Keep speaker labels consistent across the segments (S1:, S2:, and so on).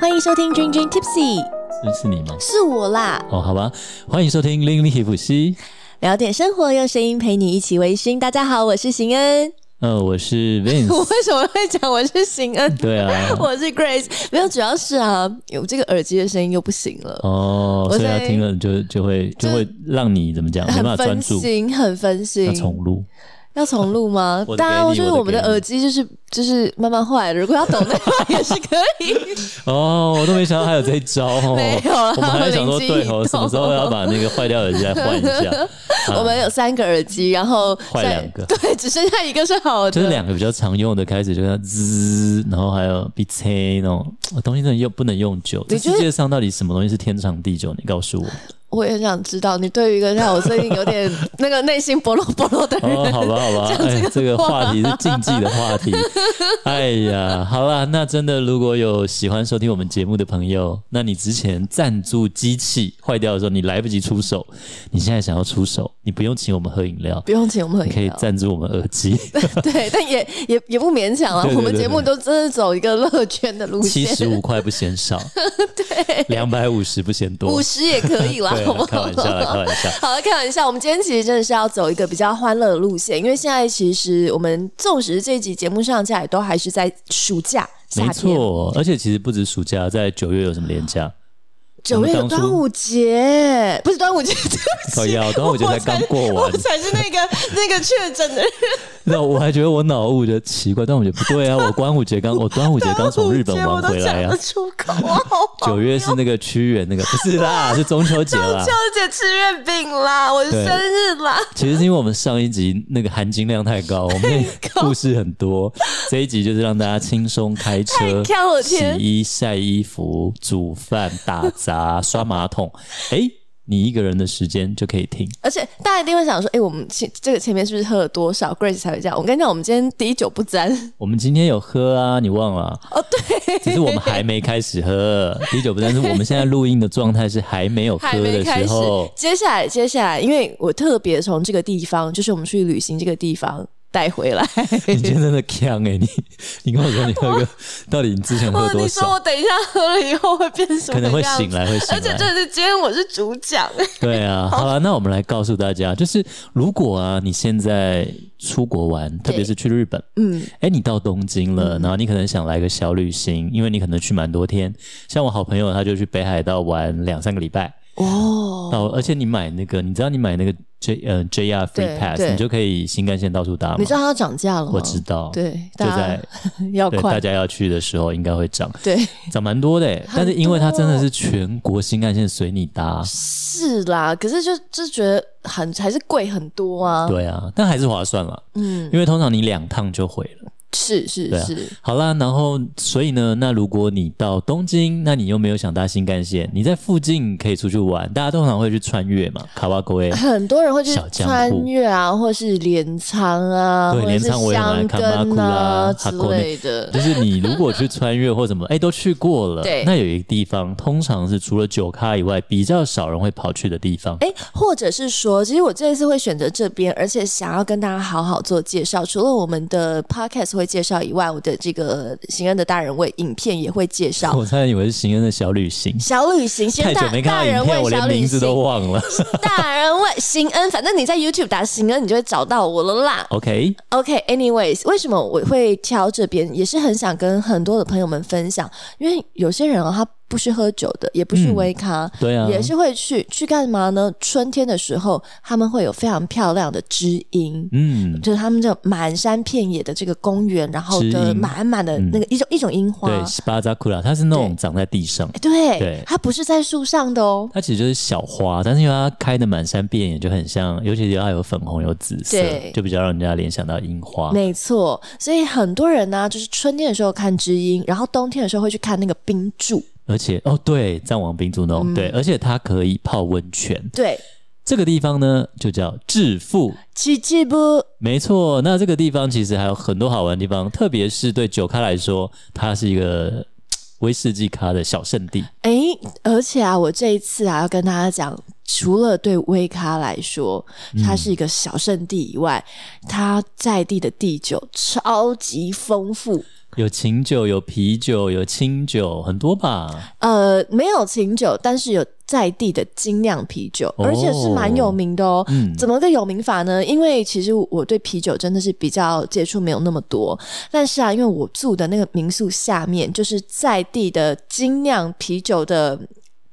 S1: 欢迎收听君君 Tipsy，
S2: 是是你吗？
S1: 是我啦，
S2: 哦，好吧，欢迎收听《零零普西》。
S1: 聊点生活，用声音陪你一起微醺。大家好，我是邢 恩。
S2: 呃，我是
S1: 我
S2: Vince。
S1: 为什么会讲我是邢 恩？
S2: 对啊，
S1: 我是 Grace，没有，主要是啊，有这个耳机的声音又不行了，
S2: 哦，
S1: 我
S2: 所以他
S1: 在
S2: 听了就就会就会让你怎么讲，没
S1: 很
S2: 办法专
S1: 分
S2: 注，
S1: 心，很分
S2: 要
S1: 心。
S2: 重录。
S1: 要重录吗
S2: 我？的
S1: 当然，
S2: 给
S1: 我
S2: 你
S1: 觉得
S2: 我的
S1: 我们的
S2: 给你
S1: 耳机就是就是慢慢坏了，如果要抖内话也是可以。
S2: 哦，我都没想到还有这一招哦。
S1: 没有啦
S2: 我们还在想说，对
S1: 我
S2: 哦，
S1: 灵机一动
S2: 什么时候要把那个坏掉耳机来换一 下？啊
S1: 我们有三个耳机，然后
S2: 坏
S1: 在
S2: 两个
S1: 对，只剩下一个是好的，
S2: 就是两个比较常用的开始，就是滋，然后还有 B C 那种哦东西，真的用不能用久。这
S1: 你觉
S2: 世
S1: 得
S2: 界上到底什么东西是天长地久？你告诉我。
S1: 我也很想知道，你对于一个让我最近有点 那个内心薄弱薄弱的人，
S2: 哦，好吧，好吧，
S1: 讲这
S2: 哎
S1: 个，
S2: 这个
S1: 话
S2: 话题是禁忌的 话题。哎呀，好啦，那真的如果有喜欢收听我们节目的朋友，那你之前赞助机器坏掉的时候，你来不及出手，你现在想要出手，你不用请我们喝饮料，
S1: 不用请我们喝
S2: 你可以
S1: 饮料，
S2: 赞助我们耳机。
S1: 对，但也也也不勉强了
S2: 对。对
S1: 我们
S2: 对
S1: 节目
S2: 对
S1: 都真的走一个乐圈的路
S2: 七
S1: 线，
S2: 十五块不嫌 少，对，两百五十不嫌多
S1: 五，十也可以啦，
S2: 对
S1: 好不
S2: 啊，
S1: 好？
S2: 开玩笑啦，开玩笑。
S1: 好了，开玩笑，我们今天其实真的是要走一个比较欢乐的路线，因为现在其实我们纵使这一集节目上架也都还是在暑假、
S2: 没
S1: 夏天，
S2: 错，而且其实不止暑假，在九月有什么连假？
S1: 九月
S2: 我
S1: 有
S2: 们当初
S1: 端午节，不是端午节，
S2: 靠
S1: 对
S2: 腰
S1: 不起，
S2: 端午节才刚过
S1: 我
S2: 完
S1: 才，我才是那个那个确诊的人，
S2: 那我还觉得我脑雾的奇怪，端午节不对啊，我端午节刚我端午节刚从日本
S1: 端午
S2: 玩
S1: 节我
S2: 回
S1: 都
S2: 来
S1: 讲
S2: 啊
S1: 得，出口，我好好
S2: 九月是那个屈原那个，不是啦，是中秋节啦
S1: 秋。姐吃月饼啦，我的
S2: 对
S1: 生日啦，
S2: 其实是因为我们上一集那个含金量太高，我们也故事很多，这一集就是让大家轻松开车
S1: 太高了、
S2: 洗
S1: 天
S2: 衣、晒衣服、煮饭、打杂、刷马桶。哎，你一个人的时间就可以听。
S1: 而且大家一定会想说，哎、我们前这个前面是不是喝了多少？Grace 才会这样。我跟你讲，我们今天滴酒不沾。
S2: 我们今天有喝啊，你忘了？
S1: 哦，对，
S2: 只是我们还没开始喝滴酒不沾，是我们现在录音的状态是还没有喝
S1: 还没
S2: 的
S1: 开
S2: 时
S1: 始
S2: 候。。
S1: 接下来，接下来，因为我特别从这个地方，就是我们去旅行这个地方带回来。
S2: 你今天真的呛哎、你你跟我说你喝 个，到底你之前喝
S1: 哦，
S2: 多
S1: 你说
S2: 少
S1: 我？等一下喝了以后会变什么？
S2: 可能会醒。来，会醒
S1: 而且这
S2: 来。
S1: 是今天我是主讲，
S2: 对 啊，好了，那我们来告诉大家，就是如果啊，你现在出国玩，特别是去日本，
S1: 嗯，
S2: 哎，你到东京了，然后你可能想来个小旅行，因为你可能去蛮多天。像我好朋友，他就去北海道玩两三个礼拜，
S1: 哦，
S2: 哦，而且你买那个，你知道你买那个 J 呃 JR
S1: 对
S2: Free Pass，
S1: 对
S2: 你就可以新干线到处搭嘛
S1: 哦你知。道它要涨价了吗？
S2: 我知道，
S1: 对，大
S2: 就
S1: 家
S2: 在
S1: 要
S2: 对大
S1: 快，
S2: 家要去的时候应该会涨，
S1: 对，
S2: 涨蛮多的欸。
S1: 多
S2: 但是因为它真的是全国新干线随你搭，
S1: 是啦。可是就就觉得很还是贵很多啊。
S2: 对啊，但还是划算啦，
S1: 嗯，
S2: 因为通常你两趟就回了。
S1: 是是
S2: 对啊
S1: 是，
S2: 好啦，然后所以呢，那如果你到东京，那你又没有想搭新干线，你在附近可以出去玩，大家通常会去穿越嘛，卡欸巴沟诶。
S1: 很多人会去
S2: 小江户
S1: 穿越啊，或是镰仓啊，
S2: 对
S1: 或者是
S2: 镰仓我也很爱
S1: 箱
S2: 看马古
S1: 根啊
S2: 拉
S1: 之
S2: 哈勾内
S1: 类 的。
S2: 就是你如果去穿越或什么，哎、都去过了。
S1: 对
S2: 那有一个地方，通常是除了酒咖以外，比较少人会跑去的地方。
S1: 哎，或者是说，其实我这一次会选择这边，而且想要跟大家好好做介绍。除了我们的 podcast 会介绍以外，我的这个行恩的大人味影片也会介绍。
S2: 我差点以为是行人的小旅行，
S1: 小旅行，先
S2: 太久
S1: 大
S2: 没
S1: 大
S2: 看到
S1: 人
S2: 影片，
S1: 味
S2: 我
S1: 小
S2: 连
S1: 旅
S2: 名字都
S1: 行，
S2: 忘 了。
S1: 大人味行恩，反正你在 YouTube 打行恩，你就会找到我了啦。
S2: OK，
S1: OK，anyways，、为什么我会挑这边，也是很想跟很多的朋友们分享，因为有些人啊，他不是喝酒的，也不是
S2: 嗯
S1: 微咖，
S2: 对啊，
S1: 也是会去去干嘛呢？春天的时候，他们会有非常漂亮的知音。
S2: 嗯，
S1: 就是他们这种满山遍野的这个公园，然后
S2: 知
S1: 的
S2: 音嗯
S1: 满满的那个一种、一种樱花，
S2: 对，西巴扎库拉，它是那
S1: 对
S2: 种长在地上，
S1: 哎对
S2: 对
S1: 它不是在树上的哦，
S2: 它其实就是小花，但是因为它开的满山遍野，就很像，尤其是它有粉红有紫色
S1: 对，
S2: 就比较让人家联想到樱花。
S1: 没错。所以很多人呢、就是春天的时候看知音，然后冬天的时候会去看那个冰柱，
S2: 而且哦，对，藏王冰珠弄，
S1: 嗯
S2: 对，而且它可以泡温泉。
S1: 对，
S2: 这个地方呢，就叫致富
S1: 奇迹不？
S2: 没错，那这个地方其实还有很多好玩的地方，特别是对酒咖来说，它是一个嘖威士忌咖的小圣地。
S1: 哎、而且啊，我这一次啊要跟大家讲，除了对威咖来说，它是一个小圣地以外，它在地的地酒超级丰富。
S2: 有琴酒，有啤酒，有清酒，很多吧？
S1: 呃，没有琴酒，但是有在地的精酿啤酒，
S2: 哦
S1: 而且是蛮有名的哦。
S2: 嗯
S1: 怎么个有名法呢？因为其实我对啤酒真的是比较接触没有那么多，但是啊，因为我住的那个民宿下面就是在地的精酿啤酒的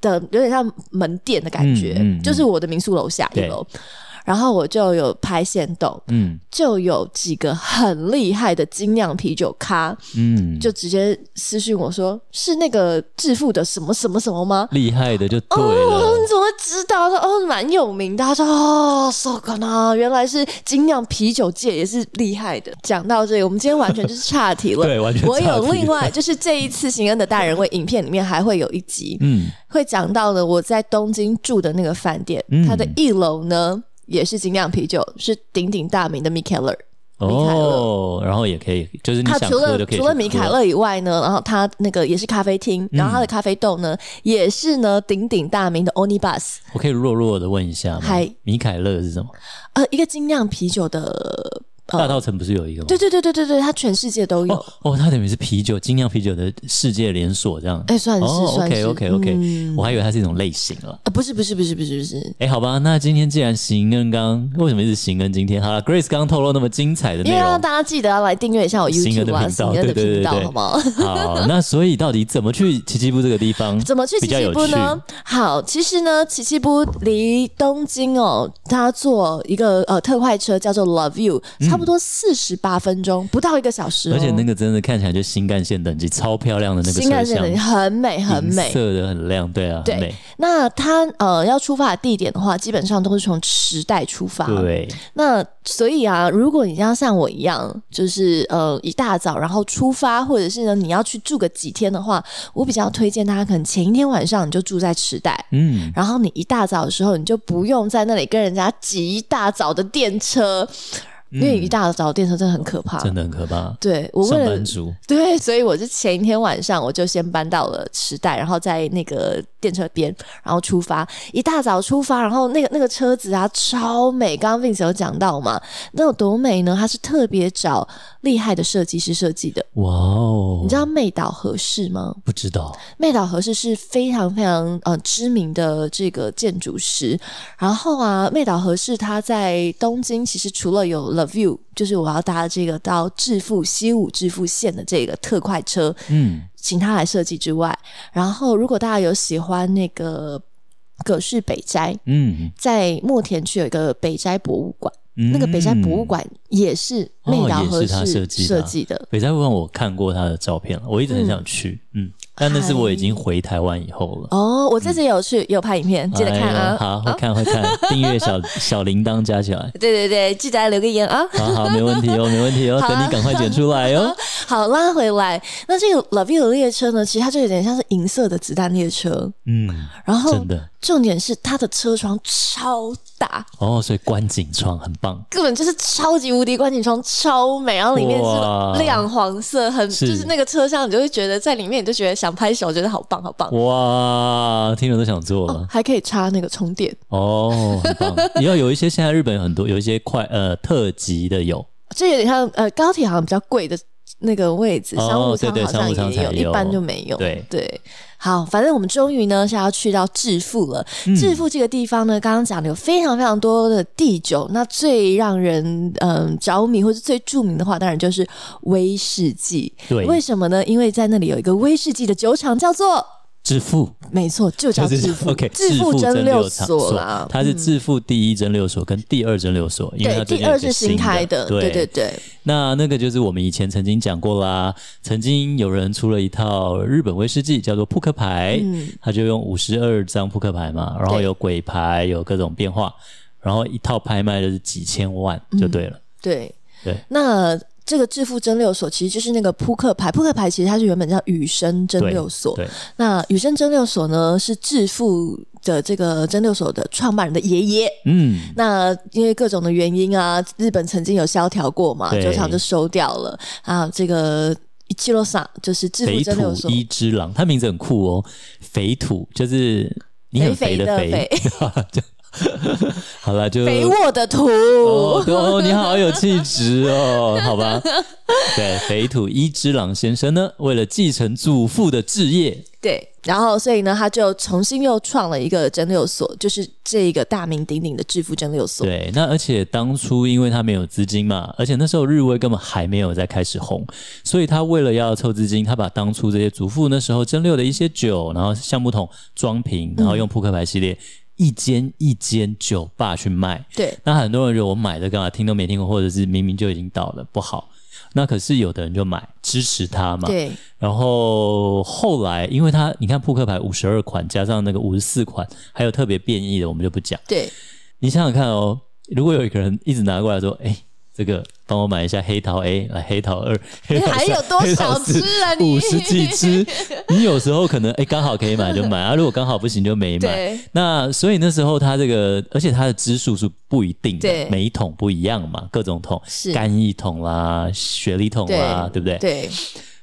S1: 的有点像门店的感觉，
S2: 嗯嗯嗯
S1: 就是我的民宿楼下一
S2: 对
S1: 楼，然后我就有拍线动，
S2: 嗯
S1: 就有几个很厉害的精酿啤酒咖，
S2: 嗯，
S1: 就直接私讯我说：“是那个致富的什么什么什么吗
S2: 厉害的就对？”
S1: 我说：“
S2: 了
S1: 你。怎么会知道？”他说：“哦，蛮有名的。”他说：“哦，so g o n 啊，原来是精酿啤酒界也是厉害的。”讲到这里，我们今天完全就是岔题了。
S2: 对完全
S1: 我
S2: 岔
S1: 有
S2: 题
S1: 另外，就是这一次《行恩的大人会》影片里面还会有一集，
S2: 嗯，
S1: 会讲到呢，我在东京住的那个饭店，
S2: 嗯
S1: 它的一楼呢也是精酿啤酒，是鼎鼎大名的米凯勒。米凯
S2: 哦，然后也可以，就是你
S1: 它
S2: 想
S1: 除
S2: 喝
S1: 了
S2: 就可以去喝。
S1: 除了米凯勒以外呢，然后它那个也是咖啡厅，然后它的咖啡豆呢、也是呢鼎鼎大名的 Onibus，
S2: 我可以弱弱的问一下吗
S1: 嗨？
S2: 米凯勒是什么？
S1: 呃，一个精酿啤酒的，
S2: 大稻城不是有一个吗？
S1: 对对对对对对，它全世界都有，
S2: 哦哦，它等于是啤酒精酿啤酒的世界连锁这样。
S1: 哎、算是、
S2: 哦
S1: 算
S2: ，OK
S1: 是
S2: OK OK，、
S1: 嗯
S2: 我还以为它是一种类型了。
S1: 呃不是不是不是不是不是。
S2: 哎，好吧，那今天既然行恩刚为什么一直行恩今天？好了，Grace 刚透露那么精彩的
S1: 因
S2: 内
S1: 为让
S2: 容，
S1: 大家记得要来订阅一下我
S2: 行恩的
S1: YouTube 啊，
S2: 频道
S1: 行恩的
S2: 对对对
S1: 频道，
S2: 对对
S1: 好不好？
S2: 好，那所以到底怎么去奇迹部这个地方？
S1: 怎么去
S2: 比
S1: 奇
S2: 较
S1: 迹
S2: 有
S1: 部呢？哦好，其实呢，奇迹部离东京哦，它坐一个呃特快车叫做 Love You，差不多四十八分钟，不到一个小时、哦。
S2: 嗯而且那个真的看起来就新干线等级，超漂亮的那个
S1: 新干
S2: 车
S1: 线
S2: 厢
S1: 的，很美很
S2: 银
S1: 美。
S2: 色的很亮，对啊，
S1: 对
S2: 很美，
S1: 那它呃要出发的地点的话，基本上都是从池袋出发。
S2: 对，
S1: 那所以啊，如果你要像我一样，就是呃一大早然后出发，或者是呢你要去住个几天的话，我比较推荐大家可能前一天晚上你就住在池袋，
S2: 嗯，
S1: 然后你一大早的时候，你就不用在那里跟人家挤一大早的电车，因为一大早的电车真的很可怕。
S2: 嗯真的很可怕。
S1: 对我为
S2: 上
S1: 了
S2: 班族，
S1: 对，所以我是前一天晚上我就先搬到了池袋，然后在那个电车边，然后出发。一大早出发，然后那个那个车子啊超美，刚刚 Vince 有讲到嘛，那有多美呢？它是特别找厉害的设计师设计的。
S2: 哇哦，
S1: 你知道妹岛和世吗？
S2: 不知道？
S1: 妹岛和世是非常非常呃知名的这个建筑师，然后啊，妹岛和世他在东京其实除了有 Love You，就是我要搭这个到致富西武致富线的这个特快车，
S2: 嗯，
S1: 请他来设计之外，然后如果大家有喜欢那个葛饰北斋，
S2: 嗯，
S1: 在墨田区有一个北斋博物馆，
S2: 那
S1: 那个北斋博物，馆也是妹岛
S2: 嗯哦
S1: 和
S2: 也是他
S1: 世
S2: 设计的啊
S1: 设计的，
S2: 北斋博物馆我看过他的照片了，我一直很想去，嗯，但那是我已经回台湾以后了。
S1: 哦，我自己有去，有拍影片，记得看
S2: 嗯哎
S1: 啊
S2: 呦。好，会看 会看，订阅小小铃铛加起来，
S1: 对对对，记得来留个言啊！
S2: 好好，没问题 哦，没问题哦，
S1: 好啊
S2: 等你赶快剪出 来哦。
S1: 好，拉回来，那这个 Love You 的列车呢，其实它就有点像是银色的子弹列车，
S2: 嗯，
S1: 然后
S2: 真的
S1: 重点是它的车窗超大，
S2: 哦，所以观景窗很棒，
S1: 根本就是超级无敌观景窗，超美，然后里面
S2: 哇
S1: 是亮黄色，很
S2: 是
S1: 就是那个车厢，你就会觉得在里面，你就觉得想拍手，觉得好棒好棒。哦
S2: 哇，听了都想做了。
S1: 还可以插那个充电，
S2: 哦，很棒！也要有一些现在日本有很多有一些快呃特级的有，
S1: 这有点像呃高铁好像比较贵的那个位置，
S2: 哦
S1: 商务舱
S2: 对对
S1: 好像
S2: 商务舱
S1: 也
S2: 才
S1: 有，
S2: 有
S1: 一般就没有。
S2: 对
S1: 对，好，反正我们终于呢是要去到致富了。
S2: 嗯
S1: 致富这个地方呢，刚刚讲的有非常非常多的地酒，那最让人嗯着迷或是最著名的话，当然就是威士忌。
S2: 对，
S1: 为什么呢？因为在那里有一个威士忌的酒厂，叫做
S2: 致富
S1: 没错，就叫
S2: 就是
S1: 致富。
S2: OK，
S1: 致富蒸馏
S2: 馏厂
S1: 所啦，嗯
S2: 它是致富第一蒸馏所跟第二蒸馏所，因为
S1: 对，
S2: 它最
S1: 第
S2: 近有
S1: 二
S2: 一个
S1: 是新开的，对对
S2: 对。
S1: 对。
S2: 那那个就是我们以前曾经讲过啦，曾经有人出了一套日本威士忌，叫做扑克牌，他就用五十二张扑克牌嘛，然后
S1: 嗯对
S2: 有鬼牌，有各种变化，然后一套拍卖就是几千万
S1: 嗯
S2: 就对了，
S1: 对
S2: 对
S1: 那这个致富蒸馏所其实就是那个扑克牌，扑克牌其实它是原本叫雨生蒸
S2: 对
S1: 馏所。
S2: 对，
S1: 那雨生蒸馏所呢是致富的这个蒸馏所的创办人的爷爷。
S2: 嗯。
S1: 那因为各种的原因啊，日本曾经有萧条过嘛，
S2: 对
S1: 酒厂就收掉了啊。这个一七六三就是致富
S2: 肥
S1: 蒸馏
S2: 土
S1: 所，
S2: 一之狼，他名字很酷哦。肥土就是你很肥的
S1: 肥肥
S2: 肥， 好了 就
S1: 肥沃的土。
S2: 哦，对哦，你好有气质哦，好吧？对，肥土伊之朗先生呢，为了继承祖父的置业，
S1: 对，然后所以呢，他就重新又创了一个蒸馏所，就是这个大名鼎鼎的致富蒸馏所。
S2: 对，那而且当初因为他没有资金嘛，而且那时候日威根本还没有在开始红，所以他为了要凑资金，他把当初这些祖父那时候蒸馏的一些酒，然后橡木桶装瓶，然后用扑克牌系列。一间一间酒吧去卖，
S1: 对
S2: 那很多人觉得我买的干嘛，听都没听过，或者是明明就已经倒了，不好。那可是有的人就买支持他嘛，
S1: 对
S2: 然后后来，因为他你看扑克牌五十二款加上那个五十四款，还有特别变异的，我们就不讲。
S1: 对
S2: 你想想看哦，如果有一个人一直拿过来说：“哎，这个帮我买一下黑桃 A，来黑桃二，黑桃
S1: 哎还有多少只啊你
S2: 五十几 只。你有时候可能哎刚好可以买就买啊，如果刚好不行就没买
S1: 对。
S2: 那所以那时候他这个，而且他的支数是不一定
S1: 对
S2: 的，每一桶不一样嘛，各种桶
S1: 是，
S2: 干一桶啦，雪梨桶啦，对不对？
S1: 对，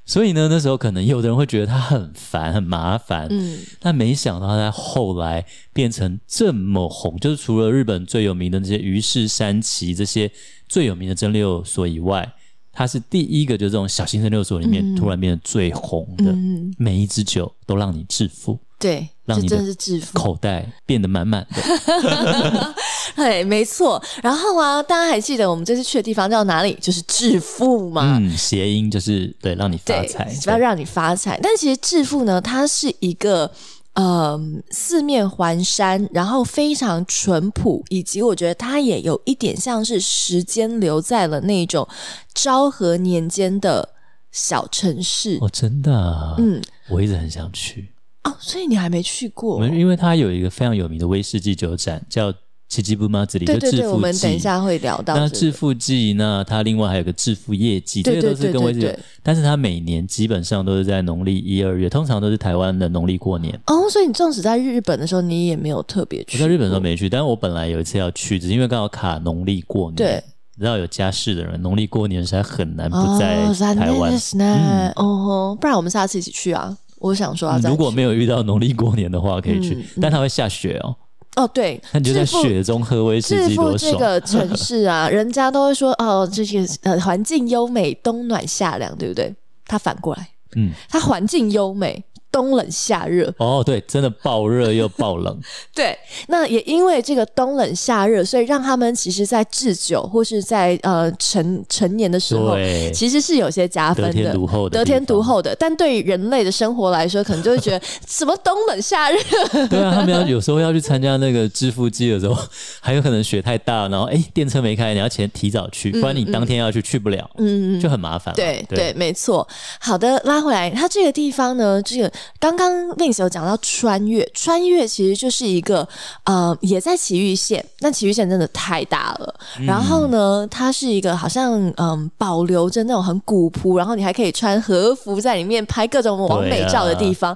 S2: 所以呢，那时候可能有的人会觉得他很烦、很麻烦，
S1: 嗯，
S2: 但没想到他在后来变成这么红，就是除了日本最有名的那些于氏、山崎这些最有名的蒸馏所以外，他是第一个就这种小型蒸馏所里面突然变得最红的，
S1: 嗯
S2: 每一支酒都让你致富，
S1: 对，这
S2: 让你的
S1: 真的是致富。
S2: 口袋变得满满的。
S1: 对，没错。然后啊，大家还记得我们这次去的地方叫哪里？就是致富嘛。
S2: 嗯，谐音就是对，让你发
S1: 对，
S2: 财。
S1: 不要让你发财。但其实致富呢，它是一个。嗯，四面环山，然后非常淳朴，以及我觉得它也有一点像是时间留在了那种昭和年间的小城市
S2: 哦，真的、啊，
S1: 嗯，
S2: 我一直很想去。
S1: 哦，所以你还没去
S2: 我
S1: 过？
S2: 们因为它有一个非常有名的威士忌酒展，叫奇迹布马子里，
S1: 对
S2: 就
S1: 对
S2: 致
S1: 对，我
S2: 富
S1: 们等一
S2: 季。
S1: 下会聊到、
S2: 那
S1: 这
S2: 致
S1: 个。
S2: 富季，那它另外还有个致富业绩，
S1: 对
S2: 这些都是
S1: 对对
S2: 跟威士忌
S1: 对
S2: 有
S1: 对，
S2: 但是它每年基本上都是在农历一二月，通常都是台湾的农历过年。
S1: 哦，所以你纵使在日本的时候，你也没有特别去
S2: 我
S1: 过。
S2: 在日本的时候没去，但我本来有一次要去，只是因为刚好卡农历过年。
S1: 对，
S2: 你知道有家室的人，农历过年实在很难不
S1: 哦，
S2: 在
S1: 残
S2: 台
S1: 念
S2: 湾嗯
S1: で。すね哦吼，不然我们下次一起去啊！我想说要再
S2: 如果
S1: 去
S2: 没有遇到农历过年的话，可以去，但它会下雪哦，
S1: 哦，对，
S2: 那你就在
S1: 致富
S2: 雪中喝威士
S1: 致
S2: 忌
S1: 富
S2: 多
S1: 这
S2: 爽。
S1: 个城市啊，人家都会说哦，这些呃环境优美，冬暖夏凉，对不对？它反过来，
S2: 嗯，
S1: 它环境优美，冬冷夏热。
S2: 哦，对，真的爆热又爆冷。
S1: 对，那也因为这个冬冷夏热，所以让他们其实在制酒或是在呃成成年的时候，
S2: 对，
S1: 其实是有些加 分的。
S2: 得天独厚的，
S1: 得天独。厚的，但对于人类的生活来说，可能就会觉得什么冬冷夏热，
S2: 对啊，他们要有时候要去参加那个致富季的时候，还有可能雪太大，然后哎、电车没开，你要前提早去，不然你当天要去、去不了，
S1: 嗯，
S2: 就很麻烦 了。啊
S1: 对对，没错。好的，拉回来，它这个地方呢，这个刚刚 Vince 有讲到穿越，穿越其实就是一个呃，也在崎玉县，那崎玉县真的太大了。然后呢，它是一个好像嗯、保留着那种很古朴，然后你还可以穿和服在里面拍各种完美照的地方。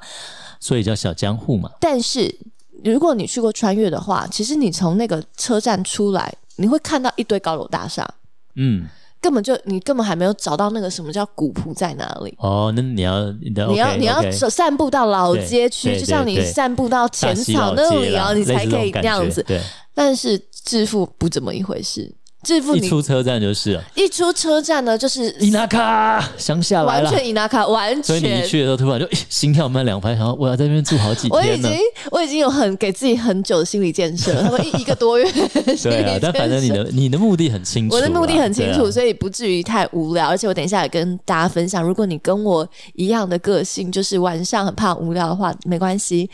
S2: 所以叫小江户嘛。
S1: 但是如果你去过穿越的话，其实你从那个车站出来，你会看到一堆高楼大厦。
S2: 嗯，
S1: 根本就你根本还没有找到那个什么叫古朴在哪里，
S2: 哦，那你要你要
S1: 你要
S2: OK，
S1: 你要
S2: OK
S1: 走散步到老
S2: 对
S1: 街区，
S2: 对
S1: 就像
S2: 对
S1: 你
S2: 对
S1: 散步到
S2: 大
S1: 浅
S2: 溪
S1: 草
S2: 老
S1: 那
S2: 街
S1: 里
S2: 啦
S1: 哦，你
S2: 类似
S1: 才
S2: 这
S1: 可
S2: 种
S1: 以那
S2: 感
S1: 样
S2: 觉
S1: 子。
S2: 对，
S1: 但是致富不怎么一回事，致富
S2: 一
S1: 你
S2: 出车站就是了。
S1: 一出车站呢，就是
S2: 伊那卡乡下来
S1: 完
S2: 了，
S1: 全伊纳卡，完
S2: 所以你一
S1: 全。
S2: 去的时候，突然就、哎心跳慢两拍，然后我要在那边住好几
S1: 我已
S2: 天呢
S1: 经。我已经有很给自己很久的心理建设，他们一一个多月的心理
S2: 对 啊，但反正你
S1: 建设
S2: 的你的目的很清楚啦，
S1: 我的目的很清楚，
S2: 对啊
S1: 所以不至于太无聊。而且我等一下也跟大家分享，如果你跟我一样的个性，就是晚上很怕无聊的话，没关系，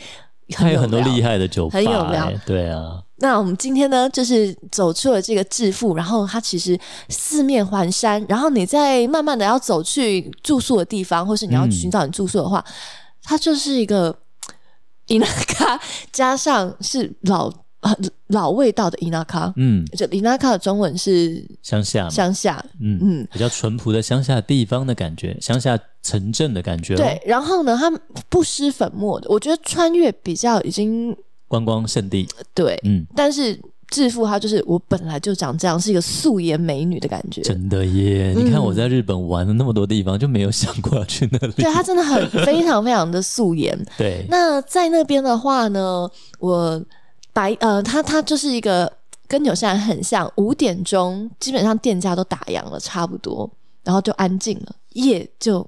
S2: 它有很多厉
S1: 害。
S2: 害的酒吧、
S1: 很有料
S2: 哎对啊，
S1: 那我们今天呢，就是走出了这个致富，然后它其实四面环山，然后你再慢慢的要走去住宿的地方，或是你要
S2: 嗯
S1: 寻找你住宿的话，它就是一个伊那卡加上是老老味道的伊那卡。
S2: 嗯，
S1: 就伊那卡的中文是
S2: 乡下嘛，
S1: 乡下，
S2: 嗯
S1: 嗯
S2: 嗯，比较淳朴的乡下地方的感觉，乡下城镇的感觉、哦，
S1: 对，，然后呢，它不施粉末的，我觉得穿越比较已经
S2: 观光胜地，
S1: 对，
S2: 嗯，
S1: 但是致富她就是我本来就长这样，是一个素颜美女的感觉。
S2: 真的耶！
S1: 嗯
S2: 你看我在日本玩了那么多地方，就没有想过要去那里。
S1: 对她真的很非常非常的素 颜。
S2: 对，
S1: 那在那边的话呢，我白呃，她她就是一个跟纽西兰很像，五点钟基本上店家都打烊了，差不多，然后就安静了，夜就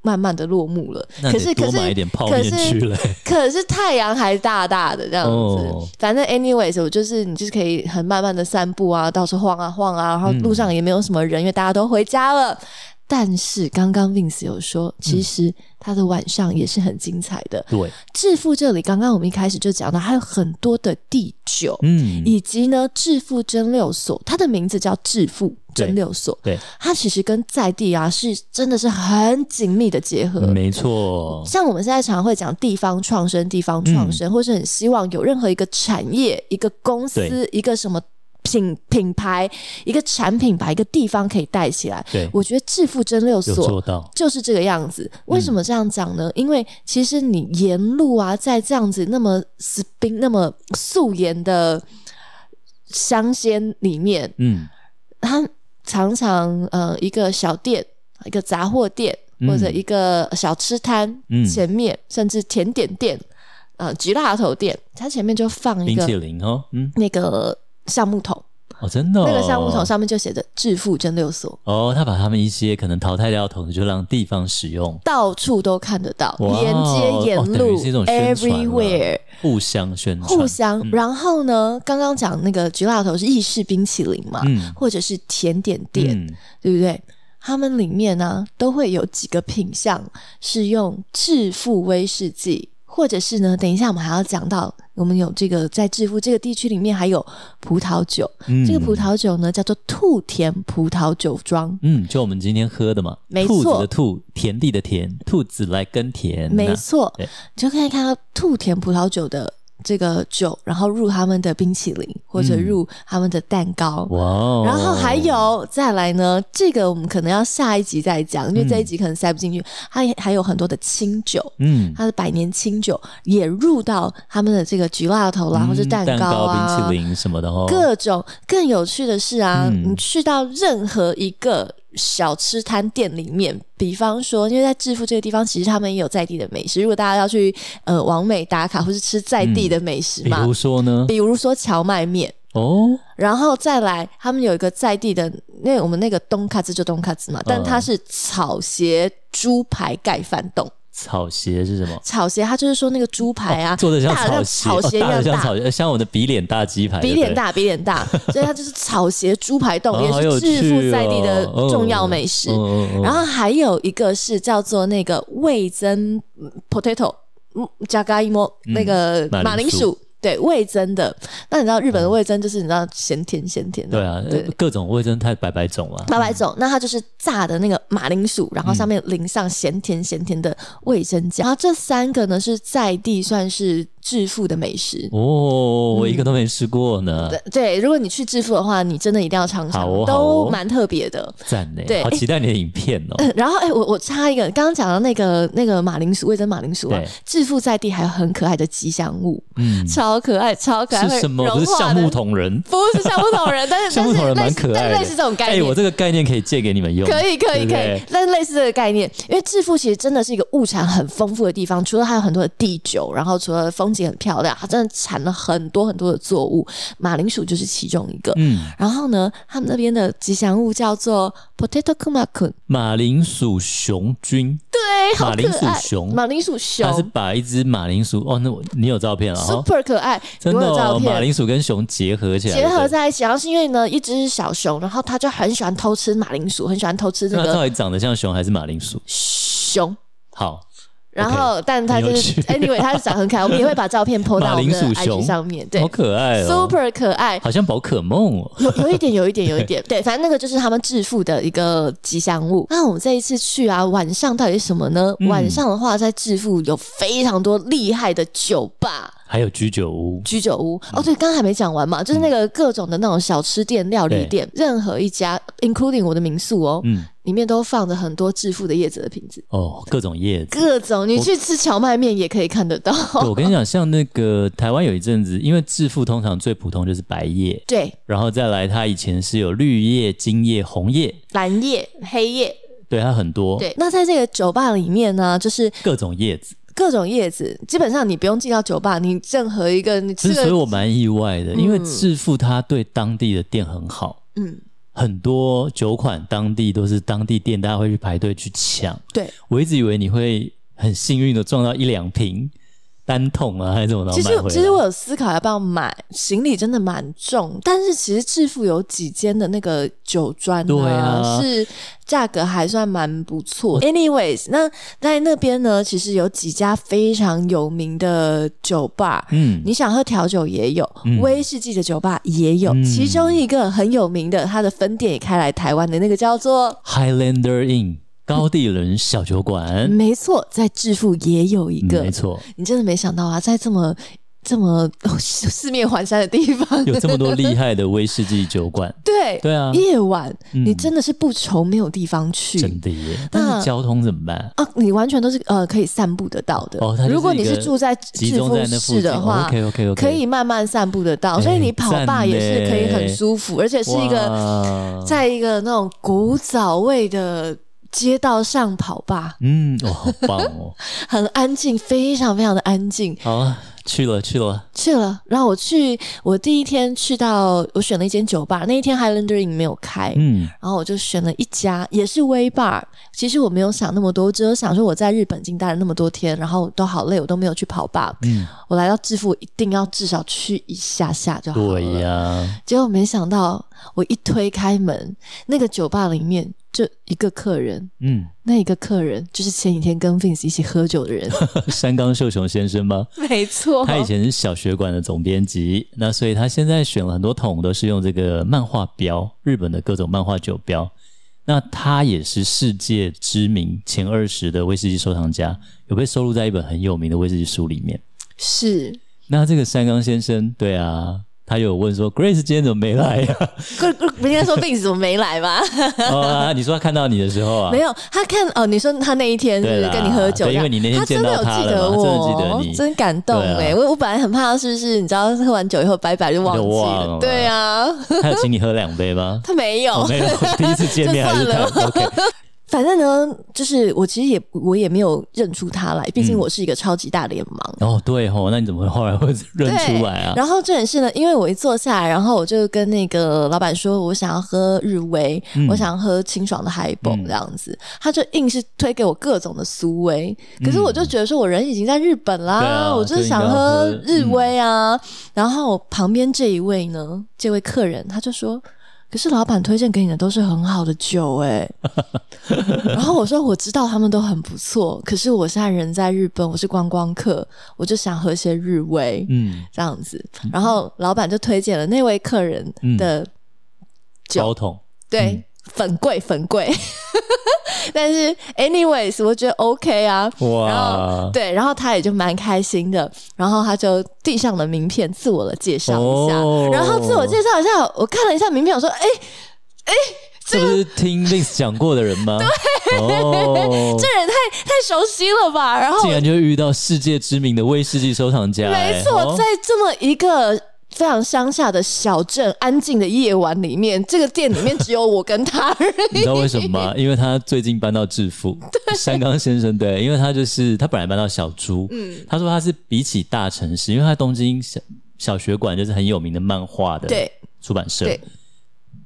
S1: 慢慢的落幕了。
S2: 那
S1: 可
S2: 得
S1: 是可
S2: 多
S1: 是
S2: 买一点泡面
S1: 可是
S2: 去嘞。
S1: 可是太阳还大大的这样子，
S2: 哦
S1: 反正 anyways，我就是你就是可以很慢慢的散步啊，到处晃啊晃啊，然后路上也没有什么人，因为大家都回家了。但是刚刚 Vince 有说，其实他的晚上也是很精彩的。
S2: 对，
S1: 致富这里，刚刚我们一开始就讲到，还有很多的地酒，
S2: 嗯，
S1: 以及呢致富蒸馏所，它的名字叫致富
S2: 对
S1: 蒸馏所，
S2: 对，
S1: 它其实跟在地啊是真的是很紧密的结合。
S2: 没错，
S1: 像我们现在常会讲地方创生、地方创
S2: 嗯
S1: 生，或是很希望有任何一个产业、一个公司
S2: 对、
S1: 一个什么品品牌、一个产品把一个地方可以带起来。
S2: 对，
S1: 我觉得致富蒸馏
S2: 有嗯
S1: 所
S2: 做到。
S1: 就是这个样子。为什么这样讲呢？因为其实你沿路啊，在这样子那么 spin 那么素颜的香榭里面，
S2: 嗯，
S1: 它常常呃一个小店、一个杂货店
S2: 嗯
S1: 或者一个小吃摊、
S2: 嗯
S1: 前面，甚至甜点店、呃焗辣头店，它前面就放一
S2: 冰
S1: 个
S2: 淇淋哦，嗯，
S1: 那个橡木桶，
S2: 哦，真的、哦，
S1: 那个橡木桶上面就写着“致富蒸馏所
S2: 哦，他把他们一些可能淘汰掉的桶，就让地方使用”，，
S1: 到处都看得到，
S2: 哇
S1: 沿街沿
S2: 哦等于
S1: 路、
S2: 是一种宣传了
S1: everywhere。
S2: 互相宣传，嗯
S1: 互相，然后呢？刚刚讲那个焗辣头是意式冰淇淋嘛，
S2: 嗯
S1: 或者是甜点店，
S2: 嗯
S1: 对不对？他们里面呢、都会有几个品相是用致富威士忌，或者是呢，等一下我们还要讲到，我们有这个在致富这个地区里面还有葡萄酒，
S2: 嗯
S1: 这个葡，萄酒呢叫做兔田葡萄酒庄。
S2: 嗯，就我们今天喝的嘛，
S1: 没
S2: 兔
S1: 错
S2: 子的兔，田地的田，兔子来耕田、
S1: 没，错
S2: 嗯对，
S1: 你就可以看到兔田葡萄酒的这个酒，然后入他们的冰淇淋或者
S2: 嗯
S1: 入他们的蛋糕。
S2: 哇哦，
S1: 然后还有再来呢，这个我们可能要下一集再讲，因为这一集可能塞不进去。它还有很多的清酒，
S2: 嗯，
S1: 它的百年清酒也入到他们的这个焗辣头啦，或是
S2: 嗯
S1: 蛋糕啊，
S2: 冰淇淋什么的哦，
S1: 各种更有趣的是啊，
S2: 嗯
S1: 你去到任何一个小吃摊店里面，比方说，因为在致富这个地方，其实他们也有在地的美食。如果大家要去呃往美打卡，或是吃在
S2: 嗯
S1: 地的美食
S2: 比
S1: 嘛，
S2: 如说呢，
S1: 比如说荞麦面。
S2: 哦，
S1: 然后再来，他们有一个在地的，那我们那个东卡兹就东卡兹
S2: 嗯
S1: 嘛，但它是草鞋猪排盖饭冻。
S2: 草鞋是什么？哦
S1: 草鞋，它就是说那个猪排啊，
S2: 做的像
S1: 大的
S2: 草
S1: 像草鞋
S2: 鞋，
S1: 一
S2: 哦、大
S1: 样
S2: 的像
S1: 大
S2: 草，鞋，像我的比脸大鸡排，
S1: 比
S2: 对
S1: 脸
S2: 不对，
S1: 大，比脸 大，所以它就是草鞋猪排冻，
S2: 哦
S1: 也
S2: 好有
S1: 是致
S2: 趣
S1: 富
S2: 哦
S1: 在地的重要美食。
S2: 嗯嗯嗯
S1: 然后还有一个是叫做那个味增嗯 potato，嗯，加嘎一摸那个
S2: 嗯马铃
S1: 马铃
S2: 薯嗯
S1: 薯，对，味增的。那你知道日本的味增就是你知道咸甜咸甜的，
S2: 对啊，各种味真太百百种了。
S1: 八百种，那它就是炸的那个马铃薯，然后上面淋上咸甜咸甜的味增酱。然后这三个呢是在地算是致富的美食。
S2: 哦，我一个都没吃过呢，
S1: 嗯对对，如果你去致富的话，你真的一定要尝尝，
S2: 好哦好哦
S1: 都蛮特别的。
S2: 赞呢
S1: 对，
S2: 好期待你的影片 哦。
S1: 然后，哎、我我插一个，刚刚讲到那个那个马铃薯味增马铃薯啊
S2: 对，
S1: 致富在地还有很可爱的吉祥物，
S2: 嗯，
S1: 超可爱，超可爱，
S2: 是什么
S1: 会？
S2: 不
S1: 融
S2: 是
S1: 化
S2: 橡
S1: 的
S2: 木，桶人，
S1: 不是橡木桶人，但是
S2: 橡木桶人
S1: 但
S2: 蛮
S1: 是
S2: 可爱
S1: 类似但类似
S2: 的。
S1: 这种概
S2: 哎，
S1: 念，
S2: 我这个概念可以借给你们用。
S1: 可以，可以，
S2: 对
S1: 可
S2: 不对
S1: 以，类类似这个概念，因为致富其实真的是一个物产很丰富的地方，除了它有很多的地酒，然后除了风景很漂亮，它真的产了很多很多的作物，马铃薯就是其中一个。
S2: 嗯，
S1: 然后呢，他们那边的吉祥物叫做 potato kumakun，
S2: 马铃薯熊君，
S1: 对，好
S2: 马铃
S1: 可
S2: 薯
S1: 爱，
S2: 熊，
S1: 马铃薯
S2: 它是
S1: 熊
S2: 把一只马铃薯哦，那我你有照片了哦，
S1: ，super 可爱，
S2: 真
S1: 我
S2: 的
S1: 有照
S2: 哦，马
S1: 片。
S2: 铃薯跟熊结合起来，
S1: 结合
S2: 对不对
S1: 在一起，然后是因为呢，一只是小熊，然后它就很喜欢偷吃马铃薯，很喜欢偷吃那
S2: 那它
S1: 个
S2: 到底长得像熊还是马铃薯？
S1: 熊，
S2: 好，
S1: 然后，但他就
S2: 很有
S1: 是
S2: 趣
S1: anyway，他是长得很可爱，我们也会把 照片 PO 到我们的
S2: 马铃薯
S1: IG
S2: 熊
S1: 上面，对
S2: 好可爱哦
S1: ，super 可 爱，
S2: 好像宝可梦哦。
S1: 有有一点，有一点，有一点，对，反正那个就是他们致富的一个吉祥物。那我们这一次去啊，晚上到底是什么呢？
S2: 嗯
S1: 晚上的话，在致富有非常多厉害的酒吧。
S2: 还有居酒屋，
S1: 居酒屋
S2: 嗯
S1: 哦，对，刚刚还没讲完嘛，就是那个各种的那种小吃店、料理店，任何一家，including 我的民宿哦，
S2: 嗯，
S1: 里面都放着很多致富的叶子的瓶子，
S2: 哦，各种叶子。
S1: 各种你去吃荞麦面也可以看得到。
S2: 对，我跟你讲，像那个台湾有一阵子，因为致富通常最普通就是白叶，
S1: 对，
S2: 然后再来它以前是有绿叶、金叶、红叶，
S1: 蓝叶、黑叶，
S2: 对它很多，
S1: 对。哦那在这个酒吧里面呢，就是
S2: 各种叶子。
S1: 各种叶子，基本上你不用进到酒吧，你任何一个嗯你
S2: 其
S1: 吃
S2: 实所以
S1: 个
S2: 我蛮意外的，因为致富它对当地的店很好，
S1: 嗯，
S2: 很多酒款当地都是当地店，大家会去排队去抢。
S1: 对，
S2: 我一直以为你会很幸运的撞到一两瓶单桶啊，还是怎么，然后
S1: 其
S2: 买
S1: 实
S2: 回来
S1: 其实我有思考要不要买，行李真的蛮重，但是其实致富有几间的那个酒庄呢、
S2: 对啊
S1: 是价格还算蛮不错。Anyways，那在那边呢，其实有几家非常有名的酒吧。
S2: 嗯，
S1: 你想喝调酒也有，
S2: 嗯
S1: 威士忌的酒吧也有，
S2: 嗯
S1: 其中一个很有名的，它的分店也开来台湾的那个叫做，
S2: Highlander Inn 高地伦小酒馆，
S1: 没错，在致富也有一嗯个，
S2: 嗯没错，
S1: 你真的没想到啊，在这么这么、 哦四面环山的地方，。
S2: 有这么多厉害的威士忌酒馆
S1: 对、
S2: 对啊，
S1: 夜晚、
S2: 嗯
S1: 你真的是不愁没有地方去
S2: 真的耶！但是交通怎么办？
S1: 啊，你完全都是呃可以散步得到的。
S2: 哦它就是一个
S1: 如果你是住在
S2: 集
S1: 致
S2: 中
S1: 富
S2: 在那附
S1: 市
S2: 近哦
S1: 的话。
S2: ，OK OK OK，
S1: 可以慢慢散步得到，所以你跑吧
S2: 赞
S1: 也是可以很
S2: 嘞
S1: 舒服，而且是一个
S2: 个
S1: 在一个那种古早味的街道上跑吧，
S2: 嗯，哇，好棒 哦！
S1: 很安静，非常非常的安静。
S2: 好啊，去了去了，
S1: 去了，然后我去，我第一天去到，我选了一间酒吧，那一天 Highlander Inn 没有开，
S2: 嗯，
S1: 然后我就选了一家，也是微 bar。其实我没有想那么多，只有想说我在日本已经待了那么多天，然后都好累，我都没有去跑吧。
S2: 嗯
S1: 我来到致富一定要至少去一下下就好了。
S2: 对呀，
S1: 结果没想到我一推开门，那个酒吧里面就一个客人，
S2: 嗯，
S1: 那一个客人就是前几天跟 Vince 一起喝酒的人，
S2: 山冈秀雄先生吗？
S1: 没错
S2: 他以前是小学馆的总编辑，那所以他现在选了很多桶都是用这个漫画标，日本的各种漫画酒标。那他也是世界知名前二十的威士忌收藏家，有被收录在一本很有名的威士忌书里面。
S1: 是
S2: 那这个山冈先生，对啊，他有问说，Grace 今天怎么没来呀、
S1: 不不不应该说 Vince 怎么没来吧？
S2: 哦啊，你说他看到你的时候啊，
S1: 没有，他看哦，你说他那一天是不
S2: 对
S1: 是
S2: 啦
S1: 跟你喝酒这样，
S2: 对因为你那天
S1: 他真的
S2: 见
S1: 有
S2: 到他
S1: 记得
S2: 了嘛
S1: 我，
S2: 真的记得你
S1: 真感动
S2: 对啊
S1: 哎、我我本来很怕他是不是，你知道喝完酒以后拜拜就忘记
S2: 就忘了
S1: 对啊， ？
S2: 他有请你喝两杯吗
S1: 他没有。
S2: 哦，没有，第一次见面还是他
S1: 就。
S2: OK，
S1: 反正呢，就是我其实也我也没有认出他来，毕
S2: 嗯
S1: 竟我是一个超级大脸盲。
S2: 哦，对吼，那你怎么后来会认
S1: 对
S2: 出来啊？
S1: 然后这也是呢，因为我一坐下来，然后我就跟那个老板说，我想要喝日威，
S2: 嗯
S1: 我想要喝清爽的海宝这样子，他就硬是推给我各种的苏威，可是我就觉得说我人已经在日本啦，
S2: 对啊
S1: 我就是想喝日威
S2: 嗯
S1: 啊。然后旁边这一位呢，这位客人他就说。可是老板推荐给你的都是很好的酒哎、 然后我说我知道他们都很不错，可是我现在人在日本，我是观光客，我就想喝些日威。
S2: 嗯，嗯
S1: 这样子。然后老板就推荐了那位客人的、酒
S2: 高筒，
S1: 对、
S2: 嗯
S1: 粉贵粉贵， 但是 anyways 我觉得 OK 啊。然后
S2: 哇，
S1: 对，然后他也就蛮开心的，然后他就递上了名片，自我的介绍一下，
S2: 哦
S1: 然后自我介绍一下，我看了一下名片，我说，哎、
S2: 这不是听 Vince 讲过的人 吗？对，哦，
S1: 这人太太熟悉了吧？然后
S2: 竟然就遇到世界知名的威士忌收藏家，哎
S1: 没错，
S2: 哦
S1: 在这么一个非常乡下的小镇、安静的夜晚里面，这个店里面只有我跟他而 已。
S2: 你知道为什 么吗？因为他最近搬到致富，山冈先生对，因为他就是他本来搬到小猪，
S1: 嗯
S2: 他说他是比起大城市，因为他东京小小学馆就是很有名的漫画的
S1: 对
S2: 出版社
S1: 对，嗯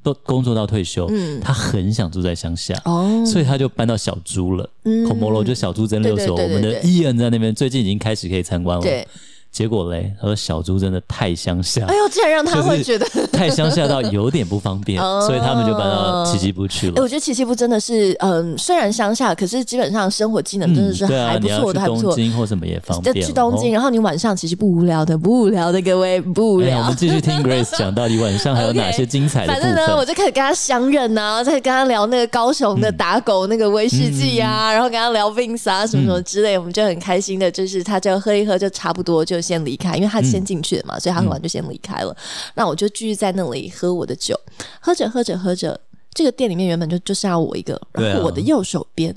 S2: 都工作到退休，他很想住在乡下，
S1: 哦嗯
S2: 所以他就搬到小猪了。口摩罗就小猪蒸馏
S1: 对对对
S2: 所，
S1: 对
S2: 我们的
S1: 对
S2: Ian 在那边最近已经开始可以参观了。
S1: 对，
S2: 结果嘞，他说小猪真的太乡下
S1: 哎，呦，竟然让 他
S2: 就是
S1: 会觉得，
S2: 太乡下到有点不方便，
S1: 哦
S2: 所以他们就搬到奇迹部去
S1: 哎，
S2: 了。
S1: 我觉得奇奇部真的是，嗯，虽然乡下，可是基本上生活技能真的是
S2: 嗯对啊
S1: 还不
S2: 你要
S1: 错的，
S2: 去
S1: 还不
S2: 东
S1: 错。
S2: 京或什么也方
S1: 就
S2: 便。
S1: 去东京，
S2: 哦。
S1: 然后你晚上其实不无聊的，不无聊的，各位不无
S2: 哎呀我
S1: 聊
S2: 们。继续听 Grace 讲到底晚上还有
S1: OK，
S2: 哪些精彩的
S1: 反
S2: 部
S1: 正
S2: 分。
S1: 呢，我就开始跟他相认啊，再跟他聊那个高雄的打狗那个威士忌
S2: 嗯
S1: 啊，然后跟他聊 Vins 啊什么什么之类，我们就很开心的，就是他就喝一喝就差不多就先离开，因为
S2: 嗯
S1: 他先进去了嘛，所以他喝完就先离开了。那我就继续在那里喝我的酒，喝着喝着喝着，这个店里面原本就就剩下我一个，
S2: 对
S1: 然
S2: 啊
S1: 后我的右手边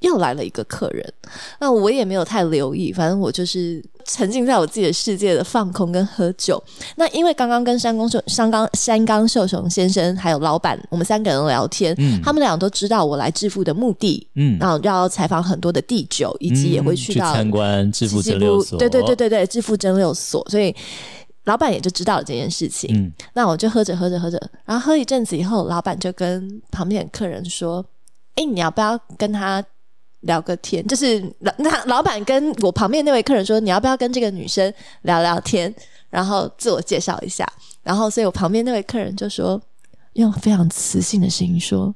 S1: 又来了一个客人，那我也没有太留意，反正我就是沉浸在我自己的世界的放空跟喝酒。那因为刚刚跟山冈秀、山冈山冈秀雄先生还有老板，我们三个人聊天，
S2: 嗯
S1: 他们俩都知道我来致富的目的，
S2: 嗯，
S1: 然后要采访很多的地酒，以及也会
S2: 嗯
S1: 去
S2: 去
S1: 到
S2: 参观致富
S1: 致
S2: 蒸
S1: 富
S2: 馏所，
S1: 对对对，对对，致富蒸馏所，所以老板也就知道了这件事情。
S2: 嗯，
S1: 那我就喝着喝着喝着，然后喝一阵子以后，老板就跟旁边的客人说：“哎，你要不要跟他聊个天？”就是老那老板跟我旁边那位客人说：“你要不要跟这个女生聊聊天？”然后自我介绍一下。然后，所以我旁边那位客人就说，用非常磁性的声音说：“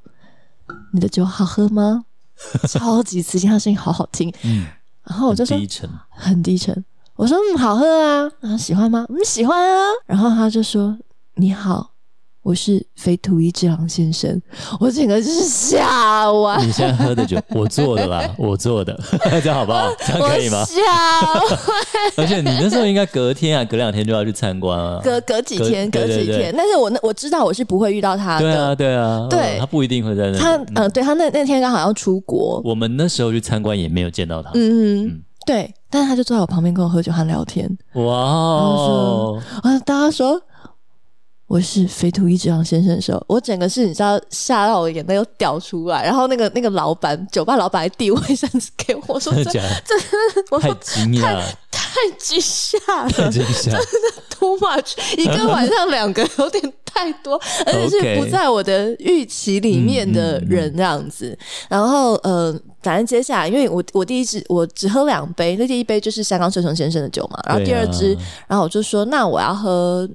S1: 你的酒好喝吗？”超级磁性，他声音好好听。
S2: 嗯
S1: 然哦后我就说
S2: 很：“低沉，
S1: 很低沉。我说嗯，好喝啊，然后喜欢吗？嗯，喜欢啊。然后他就说你好，我是肥土一之郎先生。我整个就是吓完，
S2: 你现在喝的酒，我做 的啦，我做的，这样好不好？这样
S1: 我
S2: 可以 吗？
S1: 吓完。
S2: 而且你那时候应该隔天啊，隔两天就要去参观啊。
S1: 隔隔几天，
S2: 隔
S1: 隔
S2: 对
S1: 几
S2: 对对
S1: 天，但是我那我知道我是不会遇到他
S2: 对
S1: 的。
S2: 啊，对啊，
S1: 对
S2: 嗯他不一定会在那里。
S1: 他
S2: 嗯
S1: 嗯，对他那那天刚好要出国，
S2: 我们那时候去参观也没有见到他。
S1: 嗯，对，但是他就坐在我旁边跟我喝酒，他聊天。
S2: 哇哦，
S1: 啊，大家说我是肥土一之郎先生的时候，我整个是你知道吓到我眼泪又掉出来，然后那个那个老板酒吧老板还递卫生纸给我，我说
S2: 真的
S1: 这
S2: 假 的？
S1: 我
S2: 太
S1: 说
S2: 惊讶了，
S1: 太惊吓
S2: 太
S1: 了
S2: 惊 吓了。
S1: ，too much，一个晚上两个有点太多，而且是
S2: OK 嗯
S1: 不在我的预期里面的人这样子。然后呃，反正接下来因为我我第一支我只喝两杯，那第一杯就是香港水熊先生的酒嘛，然后第二支。
S2: 对啊
S1: 然后我就说，那我要喝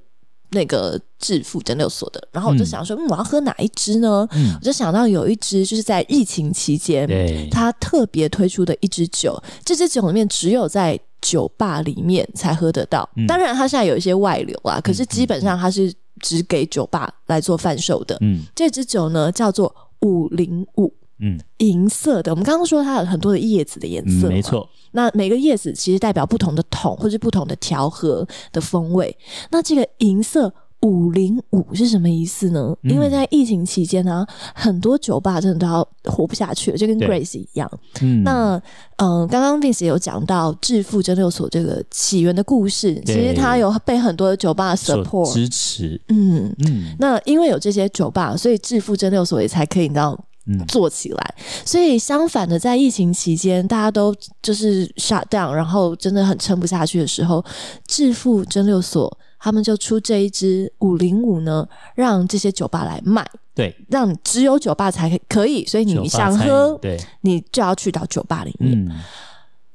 S1: 那个致富蒸馏所的。然后我就想说，嗯我要喝哪一支呢？
S2: 嗯
S1: 我就想到有一支就是在疫情期间，
S2: 对，
S1: 它特别推出的一支酒，这支酒里面只有在酒吧里面才喝得到。
S2: 嗯
S1: 当然，它现在有一些外流啊，可是基本上它是只给酒吧来做贩售的。
S2: 嗯
S1: 这支酒呢，叫做五零五。
S2: 嗯，
S1: 银色的，我们刚刚说它有很多的叶子的颜色、
S2: 嗯没。错，
S1: 那每个叶子其实代表不同的桶或是不同的调和的风味。那这个银色五零五是什么意思呢？
S2: 嗯
S1: 因为在疫情期间呢、很多酒吧真的都要活不下去了，就跟
S2: 对
S1: Grace 一样。
S2: 嗯，
S1: 那嗯，刚刚 Vince 也有讲到致富蒸馏所这个起源的故事，其实它有被很多的酒吧
S2: 所
S1: support。
S2: 支持，
S1: 嗯，
S2: 嗯
S1: 那因为有这些酒吧，所以致富蒸馏所也才可以，你知道
S2: 嗯，
S1: 做起来。所以相反的，在疫情期间，大家都就是 shut down，然后真的很撑不下去的时候，致富蒸馏所他们就出这一支五零五呢，让这些酒吧来卖，
S2: 对，
S1: 让只有酒吧才可以，所以
S2: 酒吧
S1: 你想
S2: 餐饮
S1: 喝，
S2: 对，
S1: 你就要去到酒吧里面。
S2: 嗯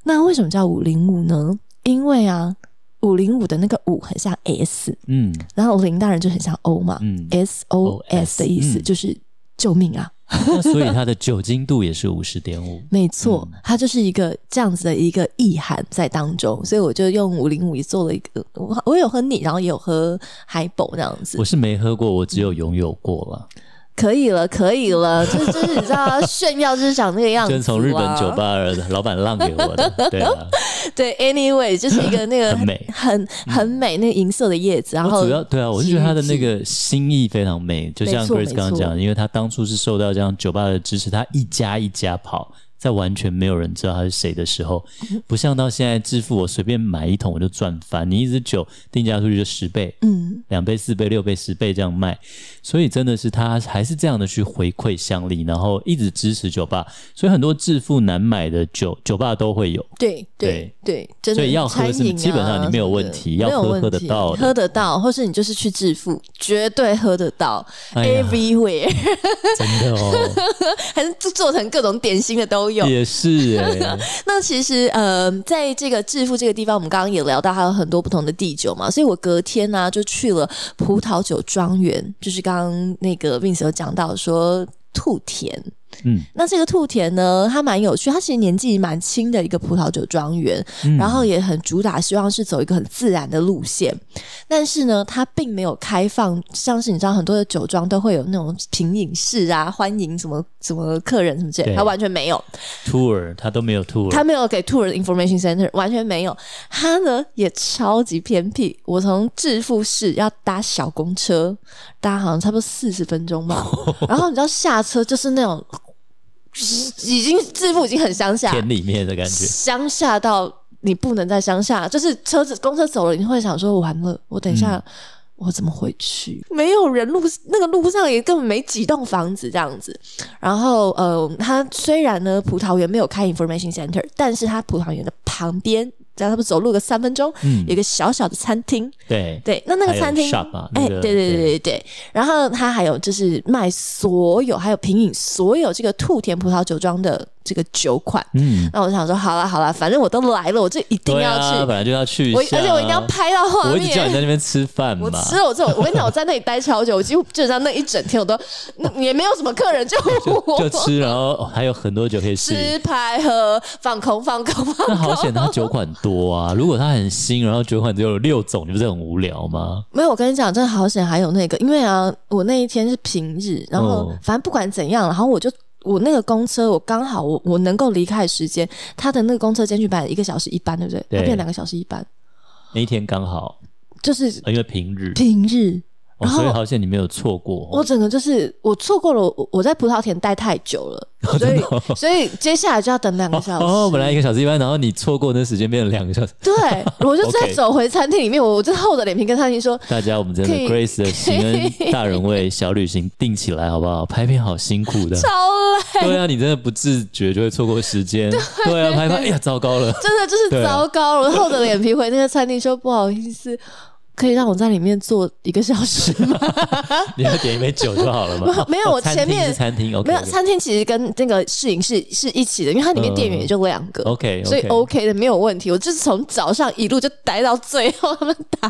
S1: 那为什么叫五零五呢？因为啊，五零五的那个五很像 S，
S2: 嗯
S1: 然后零当然就很像 O 嘛、
S2: 嗯，
S1: s O S 的意思
S2: 嗯
S1: 就是救命啊。
S2: 那所以它的酒精度也是五十 点五，
S1: 没错，
S2: 嗯
S1: 它就是一个这样子的一个意涵在当中，所以我就用五零五做了一个，我我有喝你，然后也有喝海宝那样子
S2: 我，是没喝过，我只有拥有过了。
S1: 可以了，可以 了，就是就是你知道炫耀就是长那个样子、啊，
S2: 就是从日本酒吧儿老板让给 我的，对啊，
S1: 对，anyway 就是一个那个
S2: 很美嗯
S1: 很很美那个银色的叶子，然
S2: 我
S1: 后
S2: 主要对啊，我是觉得他的那个心意非常美，就像
S1: 没错
S2: Grace 刚刚讲
S1: 没
S2: 的，因为他当初是受到这样酒吧的支持，他一家一家跑，在完全没有人知道他是谁的 时候，不像到现在致富，我随便买一桶我就赚翻，你一支酒定价出去就十倍，
S1: 嗯
S2: 两倍、四倍、六倍、十倍这样卖，所以真的是他还是这样的去回馈乡里，然后一直支持酒吧，所以很多致富难买的酒，酒吧都会有。
S1: 对对对，真的
S2: 所以要喝是
S1: 餐饮啊
S2: 基本上你没有问题
S1: 什么的
S2: 要喝
S1: 没有问题
S2: 喝得到的
S1: 喝得到，或是你就是去致富，绝对喝得到、
S2: 哎呀
S1: everywhere。
S2: 真的哦，
S1: 还是做做成各种点心的都 有。
S2: 也是哎、
S1: 那其实呃，在这个致富这个地方，我们刚刚也聊到，还有很多不同的地酒嘛。所以我隔天呢、就去了葡萄酒庄园，就是刚刚那个 Vince 有讲到说。兔田，
S2: 嗯
S1: 那这个兔田呢，它蛮有趣，它其实年纪蛮轻的一个葡萄酒庄园，
S2: 嗯
S1: 然后也很主打希望是走一个很自然的路线，但是呢，它并没有开放，像是你知道很多的酒庄都会有那种品饮室啊，欢迎什么什么客人什么之类的，
S2: 对
S1: 它完全没有，
S2: tour 他都没有 tour，
S1: 他没有给 Tour Information Center，完全没有。他呢也超级偏僻，我从致富市要搭小公车，搭好像差不多四十分钟吧。然后你知道下车就是那种，已经致富已经很乡下，
S2: 田里面的感觉，
S1: 乡下到你不能在乡下，就是车子公车走了，你会想说完了，我等一下。我怎么回去？嗯没有人路，那个路上也根本没几栋房子这样子。然后，呃，它虽然呢葡萄园没有开 information center，但是它葡萄园的旁边，只要他们走路个三分钟，
S2: 嗯
S1: 有一个小小的餐厅。
S2: 对，
S1: 对，那那个
S2: 还有
S1: 餐厅
S2: shop 啊，
S1: 哎、
S2: 那个
S1: 对对对对对，然后它还有就是卖所有，还有品饮所有这个兔田葡萄酒庄的这个酒款。
S2: 嗯，
S1: 那我想说，好了好了，反正我都来了，我就一定
S2: 对
S1: 要
S2: 啊，
S1: 去，
S2: 本来就要去一
S1: 我
S2: 下
S1: 而
S2: 啊，
S1: 且我一定要拍到画
S2: 我一直叫你
S1: 面。
S2: 在那边吃饭
S1: 我
S2: 嘛，
S1: 吃了我这种，我跟你讲，我在那里待超久，我几乎基本上那一整天我都那也没有什么客人，就我
S2: 就吃，然后还有很多酒可以试。
S1: 吃拍喝放空放空 放空。
S2: 那好险，它酒款多啊！如果它很新，然后酒款只有六种，你不是很无聊吗？
S1: 没有，我跟你讲，真的好险，还有那个，因为啊，我那一天是平日，然后
S2: 哦
S1: 反正不管怎样，然后我就。我那个公车，我刚好我我能够离开的时间，他的那个公车间距本来一个小时一班，对不对？
S2: 对
S1: 它变两个小时一班，
S2: 那一天刚好，
S1: 就是
S2: 呃因为平日，
S1: 平日。
S2: 哦、
S1: 然后
S2: 所以好险你没有错过。哦
S1: 我整个就是我错过了，我我在葡萄田待太久 了，所以、所以接下来就要等两个小时。
S2: 哦，本来一个小时一班，然后你错过那时间变成两个小时。
S1: 对，我就在
S2: OK
S1: 走回餐厅里面，我我就厚着脸皮跟餐厅说，
S2: 大家，我们真的
S1: 可以
S2: Grace 的 行恩大人味小旅行定起来好不好？拍片好辛 苦的，
S1: 超累，
S2: 对啊，你真的不自觉就会错过时间。对啊，拍拍，哎呀，糟糕了。
S1: 真的就是
S2: 对啊
S1: 糟糕了。我厚着脸皮回那个餐厅说，不好意思，可以让我在里面坐一个小时 吗？
S2: 你要点一杯酒就好了 嘛。
S1: 没有
S2: 哦
S1: 我
S2: 餐
S1: 前
S2: 厅是
S1: 面
S2: 餐厅 OK，
S1: 没有，餐厅其实跟那个摄影室是一起的，因为它
S2: 嗯
S1: 里面店员也就两个。
S2: OK，
S1: 所以 OK 的没有问题，我就是从早上一路就待到最后，他们打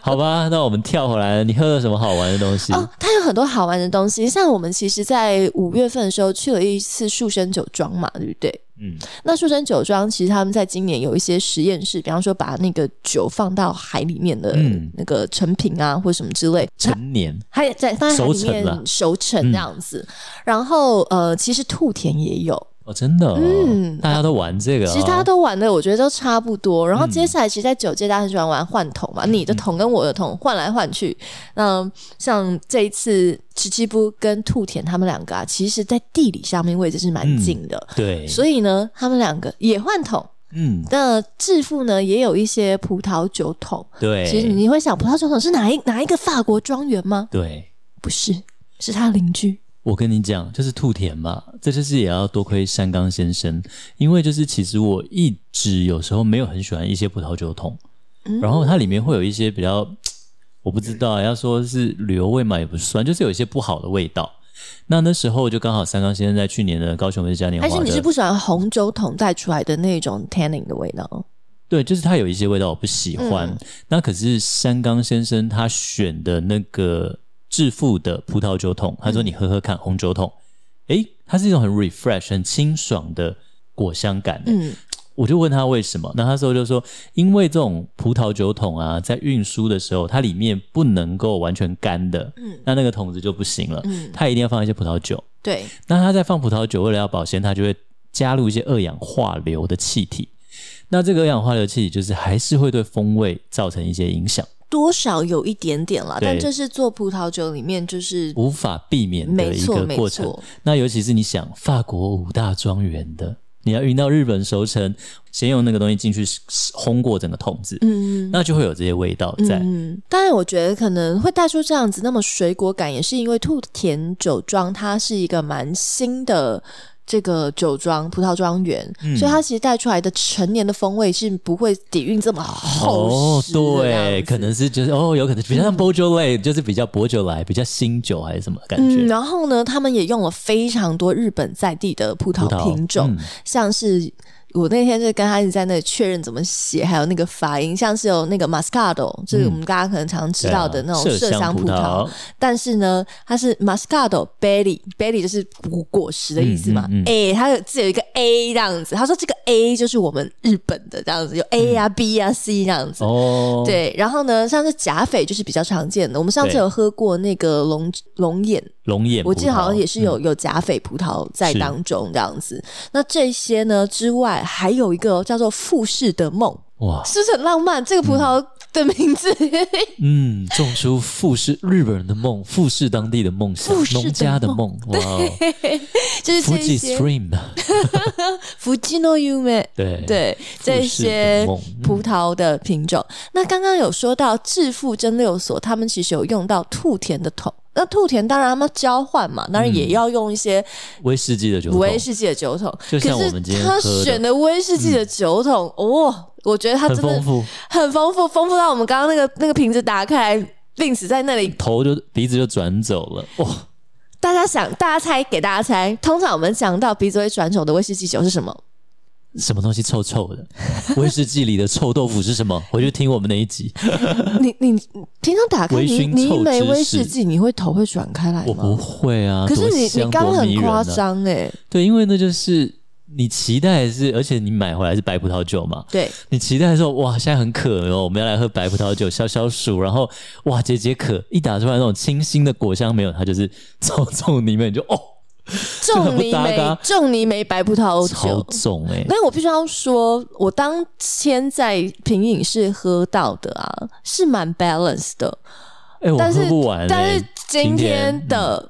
S2: 好吧，那我们跳回来，你喝了什么好玩的东西？
S1: 哦，它有很多好玩的东西，像我们其实，在五月份的时候去了一次树生酒庄嘛，对不对？
S2: 嗯，
S1: 那树生酒庄其实他们在今年有一些实验室，比方说把那个酒放到海里面的
S2: 嗯
S1: 那个成品啊，或什么之类，
S2: 成年
S1: 它也在放在海里
S2: 熟成啊
S1: 面熟成这样子。然后呃，其实兔田也有，
S2: 哦，真的、哦，
S1: 嗯
S2: 大家都玩这个、哦，
S1: 其实大家都玩的我嗯觉得都差不多。然后接下来，其实，在酒界大家很喜欢玩换桶嘛，你的桶跟我的桶换来换去。那像这一次，池七布跟兔田他们两个啊，其实在地理上面位置是蛮近的，
S2: 对，
S1: 所以呢，他们两个也换桶。
S2: 嗯，
S1: 那致富呢，也有一些葡萄酒桶。
S2: 对，
S1: 其实你会想，葡萄酒桶是哪一哪一个法国庄园吗？
S2: 对。
S1: 不是，是他邻居。
S2: 我跟你讲，就是兔田嘛，这就是也要多亏山冈先生，因为就是其实我一直有时候没有很喜欢一些葡萄酒桶，
S1: 嗯
S2: 然后它里面会有一些比较，我不知道要说是旅游味嘛也不算，就是有一些不好的味道。那那时候就刚好山冈先生在去年的高雄文学嘉年华
S1: 还
S2: 的，
S1: 是你是不喜欢红酒桶带出来的那种 tannin 的味道？
S2: 对，就是它有一些味道我不喜
S1: 嗯
S2: 欢。那可是山冈先生他选的那个致富的葡萄酒桶，他说
S1: 嗯
S2: 你喝喝看红酒桶，诶，它是一种很 refresh、很清爽的果香感。欸
S1: 嗯，
S2: 我就问他为什么，那他说就说，因为这种葡萄酒桶啊，在运输的时候，它里面不能够完全干的，嗯，那那个桶子就不行了，
S1: 嗯
S2: 它一定要放一些葡萄酒。
S1: 对，
S2: 那它在放葡萄酒，为了要保鲜，它就会加入一些二氧化硫的气体。那这个二氧化硫气体就是还是会对风味造成一些影响，
S1: 多少有一点点啦，
S2: 对
S1: 但这是做葡萄酒里面就是
S2: 无法避免的
S1: 没
S2: 一
S1: 错
S2: 个
S1: 没
S2: 过程。
S1: 错，
S2: 那尤其是你想法国五大庄园的，你要运到日本熟成，先用那个东西进去烘过整个桶子，
S1: 嗯。
S2: 那就会有这些味道在。
S1: 嗯，当然，我觉得可能会带出这样子那么水果感，也是因为兔田酒庄它是一个蛮新的这个酒庄葡萄庄园，
S2: 嗯
S1: 所以它其实带出来的成年的风味是不会底蕴这么厚
S2: 哦，
S1: 实的那
S2: 对，
S1: 样子
S2: 可能是就是哦，有可能比较像 b o j o l a 就是比较薄酒来，比较新酒还是什么感觉？
S1: 嗯，然后呢，他们也用了非常多日本在地的葡萄
S2: 葡萄
S1: 品种，
S2: 嗯
S1: 像是我那天就跟他一直在那里确认怎么写，还有那个发音，像是有那个 Moscato，就是我们大家可能常知道的那种
S2: 嗯对啊
S1: 麝香葡萄，
S2: 萄，
S1: 但是呢，它是 Moscato berry，berry 就是果果实的意思嘛。哎、
S2: 嗯嗯嗯
S1: 它有自有一个 A 这样子，他说这个 A 就是我们日本的这样子，有 A 啊、B 啊、C 这样子。
S2: 嗯哦，，
S1: 对，然后呢，像是甲斐就是比较常见的，我们上次
S2: 对
S1: 有喝过那个龙龙眼，
S2: 龙眼葡萄，
S1: 我记得好像也是有、有甲斐葡萄在
S2: 是
S1: 当中这样子。那这些呢之外，还有一个叫做富士的梦，
S2: 嗯哇，
S1: 是不是很浪漫？这个葡萄的名字，
S2: 嗯，种出富士日本人的梦，富士当地的梦想
S1: 富，士的
S2: 农家的梦，哇哦
S1: 就是这
S2: ，Fuji
S1: 一些
S2: Stream，
S1: 福吉诺 u m
S2: 对
S1: 对这
S2: 富士的
S1: 些
S2: 梦
S1: 葡萄的品种。那刚刚有说到致富蒸馏所，他们其实有用到兔田的桶。那兔田当然他们要交换嘛，当然也要用一些
S2: 威士忌的酒桶，
S1: 威士忌的酒桶。
S2: 就像我们今
S1: 可是
S2: 天
S1: 他
S2: 喝的
S1: 选的威士忌的酒桶，哦，我觉得他
S2: 很
S1: 真的
S2: 丰富，
S1: 很丰富，丰富到我们刚刚那个那个瓶子打开来。病死在那里，
S2: 头就鼻子就转走了，哇，
S1: 大家想，大家猜，给大家猜。通常我们讲到鼻子会转走的威士忌酒是什 么？
S2: 什么东西臭臭 的？威士忌里的臭豆腐是什么？回去听我们那一集，
S1: 你你平常打开
S2: 微
S1: 你
S2: 醺
S1: 你一
S2: 凑
S1: 枚
S2: 知
S1: 威
S2: 识
S1: 士忌，你会头会转开来
S2: 我
S1: 吗
S2: 不？会啊，
S1: 可是
S2: 多
S1: 你
S2: 香
S1: 你刚
S2: 多
S1: 很
S2: 迷人
S1: 夸
S2: 啊
S1: 张哎，
S2: 对，因为那就是你期待的是，而且你买回来是白葡萄酒嘛，
S1: 对，
S2: 你期待的时候，哇，现在很渴哦，我们要来喝白葡萄酒消消暑，然后哇解解渴，一打出来那种清新的果香没有，它就是臭臭泥味，你就 哦很
S1: 仲
S2: 不
S1: 尼
S2: 搭
S1: 梅
S2: 嘎
S1: 仲尼梅白葡萄
S2: 超
S1: 酒。
S2: 重哎、
S1: 但我必须要说，我当天在品饮室喝到的啊，是蛮 balance 的，
S2: 哎、我
S1: 但是
S2: 喝不完、欸，
S1: 但是今
S2: 嗯
S1: 天的。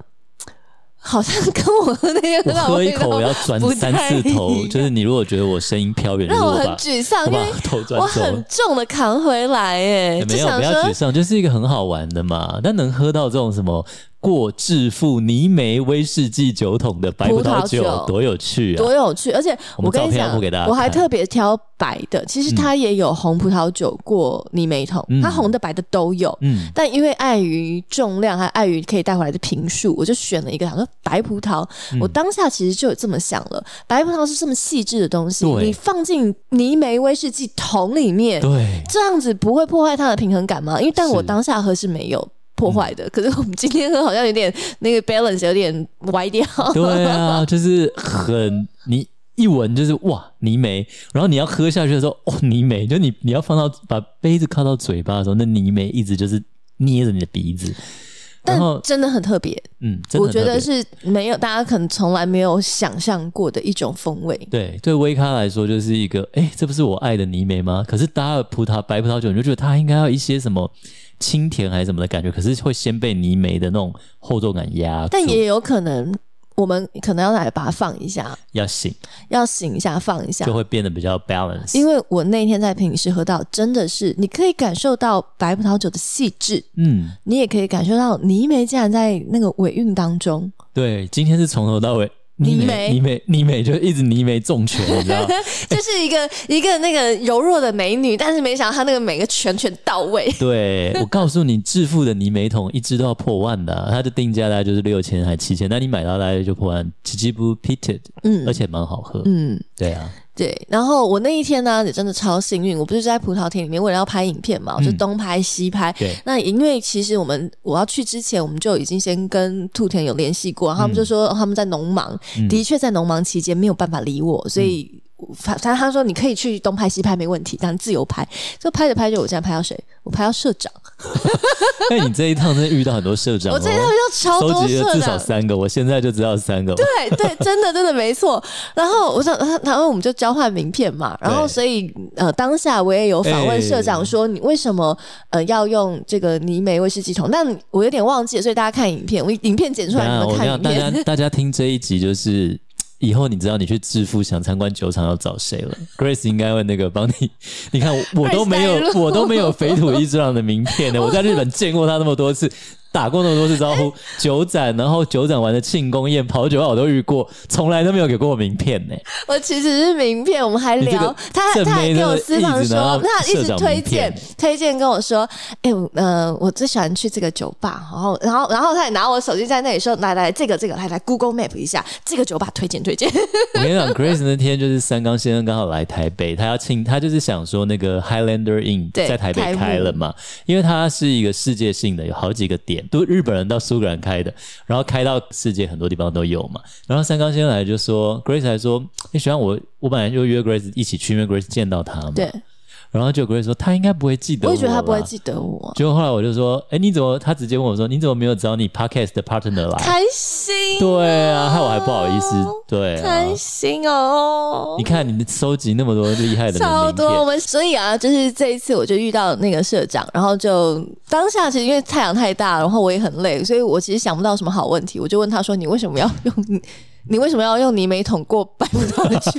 S1: 好像跟我喝那些
S2: 我
S1: 很好
S2: 喝一
S1: 味道
S2: 口我要转
S1: 不
S2: 三
S1: 太
S2: 四
S1: 一
S2: 头，
S1: 样
S2: 就是你如果觉得我声音飘远，就是
S1: 让我
S2: 我
S1: 很
S2: 把
S1: 沮丧，
S2: 我
S1: 因为
S2: 把头转
S1: 我
S2: 走
S1: 很
S2: 了。
S1: 重的扛回来哎，
S2: 没
S1: 就
S2: 有，
S1: 想
S2: 不要沮
S1: 说
S2: 丧，啊就是一个很好玩的嘛。但能喝到这种什么过致富泥梅威士忌酒桶的白
S1: 葡
S2: 葡萄
S1: 萄
S2: 酒
S1: 酒，
S2: 多有趣啊！
S1: 多有趣，而且
S2: 我们
S1: 我跟
S2: 照
S1: 你
S2: 片要
S1: 讲
S2: 不给大家，
S1: 我还
S2: 看
S1: 特别挑白的，其实它也有红葡萄酒过泥煤桶，
S2: 嗯
S1: 它红的白的都有。
S2: 嗯，
S1: 但因为碍于重量，还碍于可以带回来的瓶数，我就选了一个，想说白葡萄。
S2: 嗯
S1: 我当下其实就有这么想了，白葡萄是这么细致的东西，
S2: 对
S1: 你放进泥煤威士忌桶里面，
S2: 对，
S1: 这样子不会破坏它的平衡感吗？因为但我
S2: 是嗯
S1: 当下喝是没有破坏的，可是我们今天喝好像有点那个 balance 有点歪掉。
S2: 对啊，就是很你一闻就是哇泥煤，然后你要喝下去的时候，哦泥煤，就你你要放到把杯子靠到嘴巴的时候，那泥煤一直就是捏着你的鼻子，
S1: 但
S2: 然后
S1: 真的很特别，
S2: 嗯，真的
S1: 我
S2: 很
S1: 觉
S2: 特
S1: 得
S2: 别
S1: 是没有，大家可能从来没有想象过的一种风味。
S2: 对对威咖来说就是一个，哎、这不是我爱的泥煤吗？可是搭了葡萄白葡萄酒，你就觉得它应该要一些什么清甜还是什么的感觉，可是会先被泥煤的那种厚重感压住，
S1: 但也有可能，我们可能要来把它放一下，
S2: 要醒
S1: 要醒一下，放一下
S2: 就。会变得比较 balance，
S1: 因为我那天在品试喝到，真的是你可以感受到白葡萄酒的细致，
S2: 嗯。
S1: 你也可以感受到泥煤竟然在那个尾韵当 中。
S2: 对，今天是从头到尾。
S1: 泥煤
S2: 泥煤，泥煤，泥煤，就一直泥煤重拳，你 知道吗？
S1: 就是一个一个那个柔弱的美女，但是没想到她那个每个拳拳到 位。
S2: 对我告诉你，致富的泥煤桶一支都要破万的啊、它的定价大概就是六千还七千，那你买到大概就破万，奇迹不 pitted，
S1: 嗯
S2: 而且蛮好喝，
S1: 嗯，
S2: 对啊，
S1: 对，然后我那一天呢，也真的超幸运，我不是在葡萄田里面为了要拍影片嘛，我就
S2: 嗯
S1: 东拍西拍。
S2: 对
S1: 那因为其实我们我要去之前，我们就已经先跟兔田有联系
S2: 嗯
S1: 过，然后他们就说、哦他们在农忙，的确在农忙期间没有办法理我，所以
S2: 嗯
S1: 我反正他说你可以去东拍西拍没问题，但自由拍。就拍着拍着，我竟然拍到谁？我拍到社长，
S2: 哎，你这一趟真的遇到很多社长、哦，
S1: 我这一趟遇到超
S2: 收
S1: 多
S2: 集了
S1: 社
S2: 至
S1: 长
S2: 少，三个，我现在就知道三个，
S1: 对对，真的真的没错。然后我想，呃然后我们就交换名片嘛。然后
S2: 对哎
S1: 所以呃，当下我也有访问社长说，你为什么呃要用这个泥煤威士忌桶？但我有点忘记了，所以大家看影片，我影片剪出来
S2: 那
S1: 你们
S2: 我
S1: 看
S2: 跟你
S1: 影
S2: 讲，大
S1: 片。
S2: 家大家听这一集就是。以后你知道你去致富想参观酒厂要找谁 了？Grace 应该会那个帮你。你看我我都没
S1: Grace 带
S2: 有
S1: 路
S2: 我都没有肥土一之郎的名片呢，我在日本见过他那么多次，打过那么多次招 呼，酒展，然后酒展玩的庆功宴、跑酒啊，我都遇过，从来都没有给过我名片呢、
S1: 我其实是名片，我们还
S2: 你这
S1: 聊
S2: 个，
S1: 他还
S2: 正
S1: 他还
S2: 妹
S1: 给
S2: 真
S1: 我
S2: 的
S1: 私
S2: 一
S1: 房
S2: 直
S1: 说
S2: 拿到，
S1: 他一
S2: 社
S1: 直
S2: 长
S1: 推
S2: 名
S1: 荐
S2: 片
S1: 推荐跟我说，哎、我呃，我最喜欢去这个酒吧，然后然后然后他也拿我手机在那里说，来来，这个这个，来来 Google Map 一下，这个酒吧推荐推荐。
S2: 我跟你讲，Grace 那天就是三冈先生刚好来台北，他要庆，他就是想说那个 Highlander Inn
S1: 对
S2: 在台北
S1: 开幕
S2: 开了嘛，因为它是一个世界性的，有好几个点，都日本人到苏格兰开的，然后开到世界很多地方都有嘛。然后三冈先生来就说，Grace 还说，你喜欢我，我本来就约 Grace 一起去，因为 Grace 见到他嘛。
S1: 对，
S2: 然后就 Grace 说，他应该不会记得
S1: 我也觉得他
S2: 啦
S1: 不会记得我，
S2: 结果后来我就说，哎，你怎么？他直接问我说，你怎么没有找你 podcast 的 partner 来？
S1: 开啊心、哦
S2: 对啊，害我还不好意思。对啊，
S1: 开心哦
S2: 你。看你收集那么多厉害的人
S1: 超
S2: 名
S1: 多，
S2: 片
S1: 我们所以啊，就是这一次我就遇到那个社长，然后就当下其实因为太阳太大，然后我也很累，所以我其实想不到什么好问题，我就问他说：“你为什么要用 你？”你为什么要用泥煤桶过百步道的球？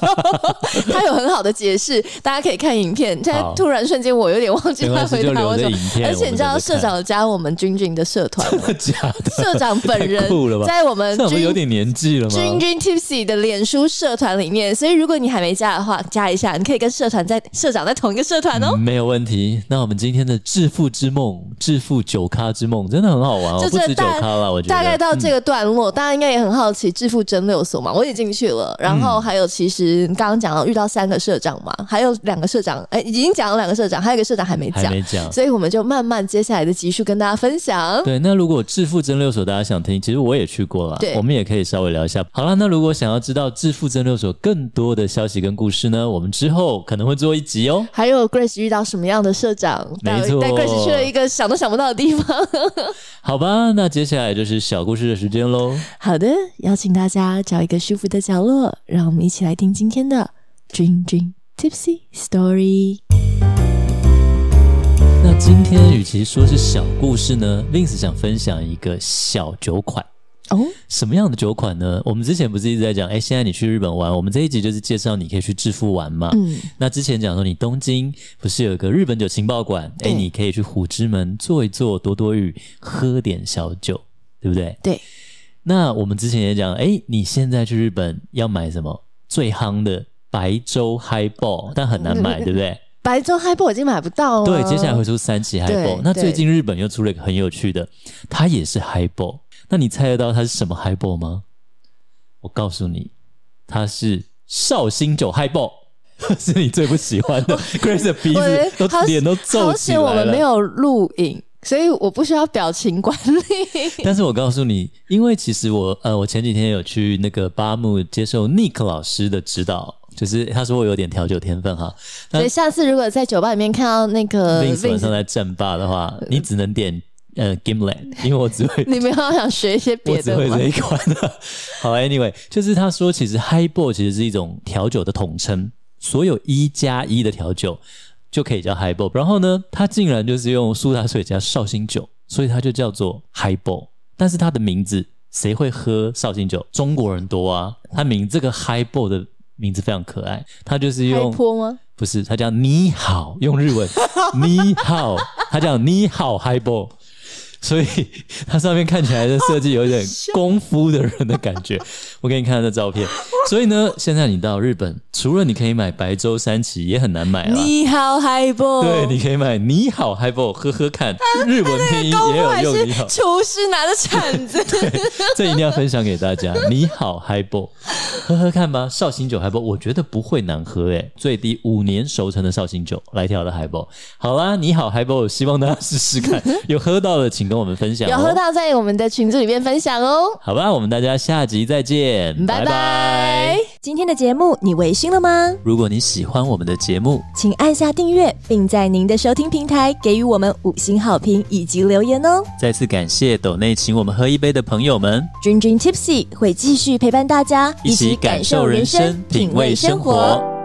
S1: 他有很好的解释，大家可以看影片。现在
S2: 好
S1: 突然瞬间，我有点忘记
S2: 没
S1: 他
S2: 关系
S1: 回
S2: 就
S1: 答
S2: 留
S1: 我
S2: 着
S1: 什么
S2: 影。片
S1: 而且
S2: 我
S1: 你
S2: 们
S1: 知道，
S2: 等着
S1: 社
S2: 看
S1: 长有加我们君君的社团，
S2: 假 的，
S1: 社长本人
S2: 太酷了吧
S1: 在我们
S2: 这我
S1: 呃君
S2: 们有点年纪了吗？
S1: 君君 Tipsy 的脸书社团里面，所以如果你还没加的话，加一下，你可以跟社团在社长在同一个社团哦。
S2: 没有问题。那我们今天的致富之梦、致富酒咖之梦真的很好玩哦，
S1: 就
S2: 不
S1: 这
S2: 止酒
S1: 大
S2: 咖啦，我觉得
S1: 大概到这个段落，大家应该也很好奇致富蒸馏所嘛，我也进去了。然后还有，其实刚刚讲到遇到三个社长嘛，还有两个社长，哎、已经讲了两个社长，还有一个社长还没
S2: 还
S1: 讲，
S2: 没讲。
S1: 所以我们就慢慢接下来的集数跟大家分享。
S2: 对，那如果致富蒸馏所大家想听，其实我也去过啦
S1: 对，
S2: 我们也可以稍微聊一下。好啦，那如果想要知道致富蒸馏所更多的消息跟故事呢，我们之后可能会做一集哦。
S1: 还有 Grace 遇到什么样的社长？带
S2: 没错
S1: 带 Grace 去了一个想都想不到的地方。
S2: 好吧，那接下来就是小故事的时间喽。
S1: 好的，邀请大家找一个舒服的角落，让我们一起来听今天的 Dream Dream Tipsy Story。
S2: 那今天与其说是小故事呢，Vince 想分享一个小酒款。
S1: 哦，
S2: 什么样的酒款呢？我们之前不是一直在讲，哎、现在你去日本玩，我们这一集就是介绍你可以去致富玩嘛。
S1: 嗯，
S2: 那之前讲说，你东京不是有一个日本酒情报馆？哎、
S1: 对
S2: 你可以去虎之门坐一坐，躲躲雨，喝点小酒，对不对？
S1: 对。
S2: 那我们之前也讲，哎、你现在去日本要买什么最夯的白粥 High Ball，但很难 买，对不对？
S1: 白粥 h i p o 已经买不到了。
S2: 对，接下来会出三期 h i g
S1: 哦对
S2: b a l 那
S1: 对
S2: 最近日本又出了一个很有趣的，它也是 h i g b a l 那你猜得到它是什么 h i g b a l 吗？我告诉你，它是绍兴酒 h i g b a l 是你最不喜欢的。Grace 的鼻
S1: 我以为
S2: 子都
S1: 好
S2: 脸都皱
S1: 好
S2: 起
S1: 险我
S2: 来
S1: 们没
S2: 了。
S1: 有录影，所以我不需要表情管理。
S2: 但是我告诉你，因为其实我呃，我前几天有去那个巴木接受 Nick 老师的指导，就是他说我有点调酒天分哈。 那
S1: 所以下次如果在酒吧里面看到那个
S2: Vince 晚
S1: 呃 Vince，
S2: 上在战霸的话，你只能点呃 Gimlet，因为我只会
S1: 你们要想学一些
S2: 我
S1: 别
S2: 只
S1: 的
S2: 会
S1: 吗
S2: 这？一款。 好，Anyway，就是他说，其实 Highball 其实是一种调酒的统称，所有一加一的调酒就可以叫 Highball。然后呢，他竟然就是用苏打水加绍兴酒，所以它就叫做 Highball。但是它的名字谁会喝绍兴酒？中国人多啊。他名这个 Highball 的名字非常可爱，它就是
S1: 开
S2: 用
S1: 坡吗？
S2: 不是，它叫你好，用日 文你好，它叫你好 highball，所以它上面看起来的设计有一点功夫的人的感觉。我给你看它的照片。所以呢，现在你到日本，除了你可以买白粥三旗，也很难买啦。
S1: 你好 h i p o
S2: 啊对，你可以买你好 highball 喝喝看，日文拼音
S1: 啊高
S2: 也
S1: 坡还
S2: 有
S1: 是
S2: 用你好，
S1: 厨师拿着铲 子？
S2: 这一定要分享给 大家。你好 highball，喝喝看吧，绍兴酒 highball，我觉得不会难喝诶、最低五年熟成的绍兴酒来调的 highball。好啦，你好 highball，希望大家试 试看，有喝到的请跟我们分享、哦。
S1: 有喝，到在我们的群组里面分享哦。
S2: 好吧，我们大家下集再见，
S1: 拜
S2: 拜
S1: 拜
S2: 拜。。
S1: 今天的节目你微醺了吗？
S2: 如果你喜欢我们的节目，
S1: 请按下订阅，并在您的收听平台给予我们五星好评以及留言哦。
S2: 再次感谢斗内请我们喝一杯的朋友们，
S1: 君君 Tipsy 会继续陪伴大家，
S2: 一起感受人生，品味生活。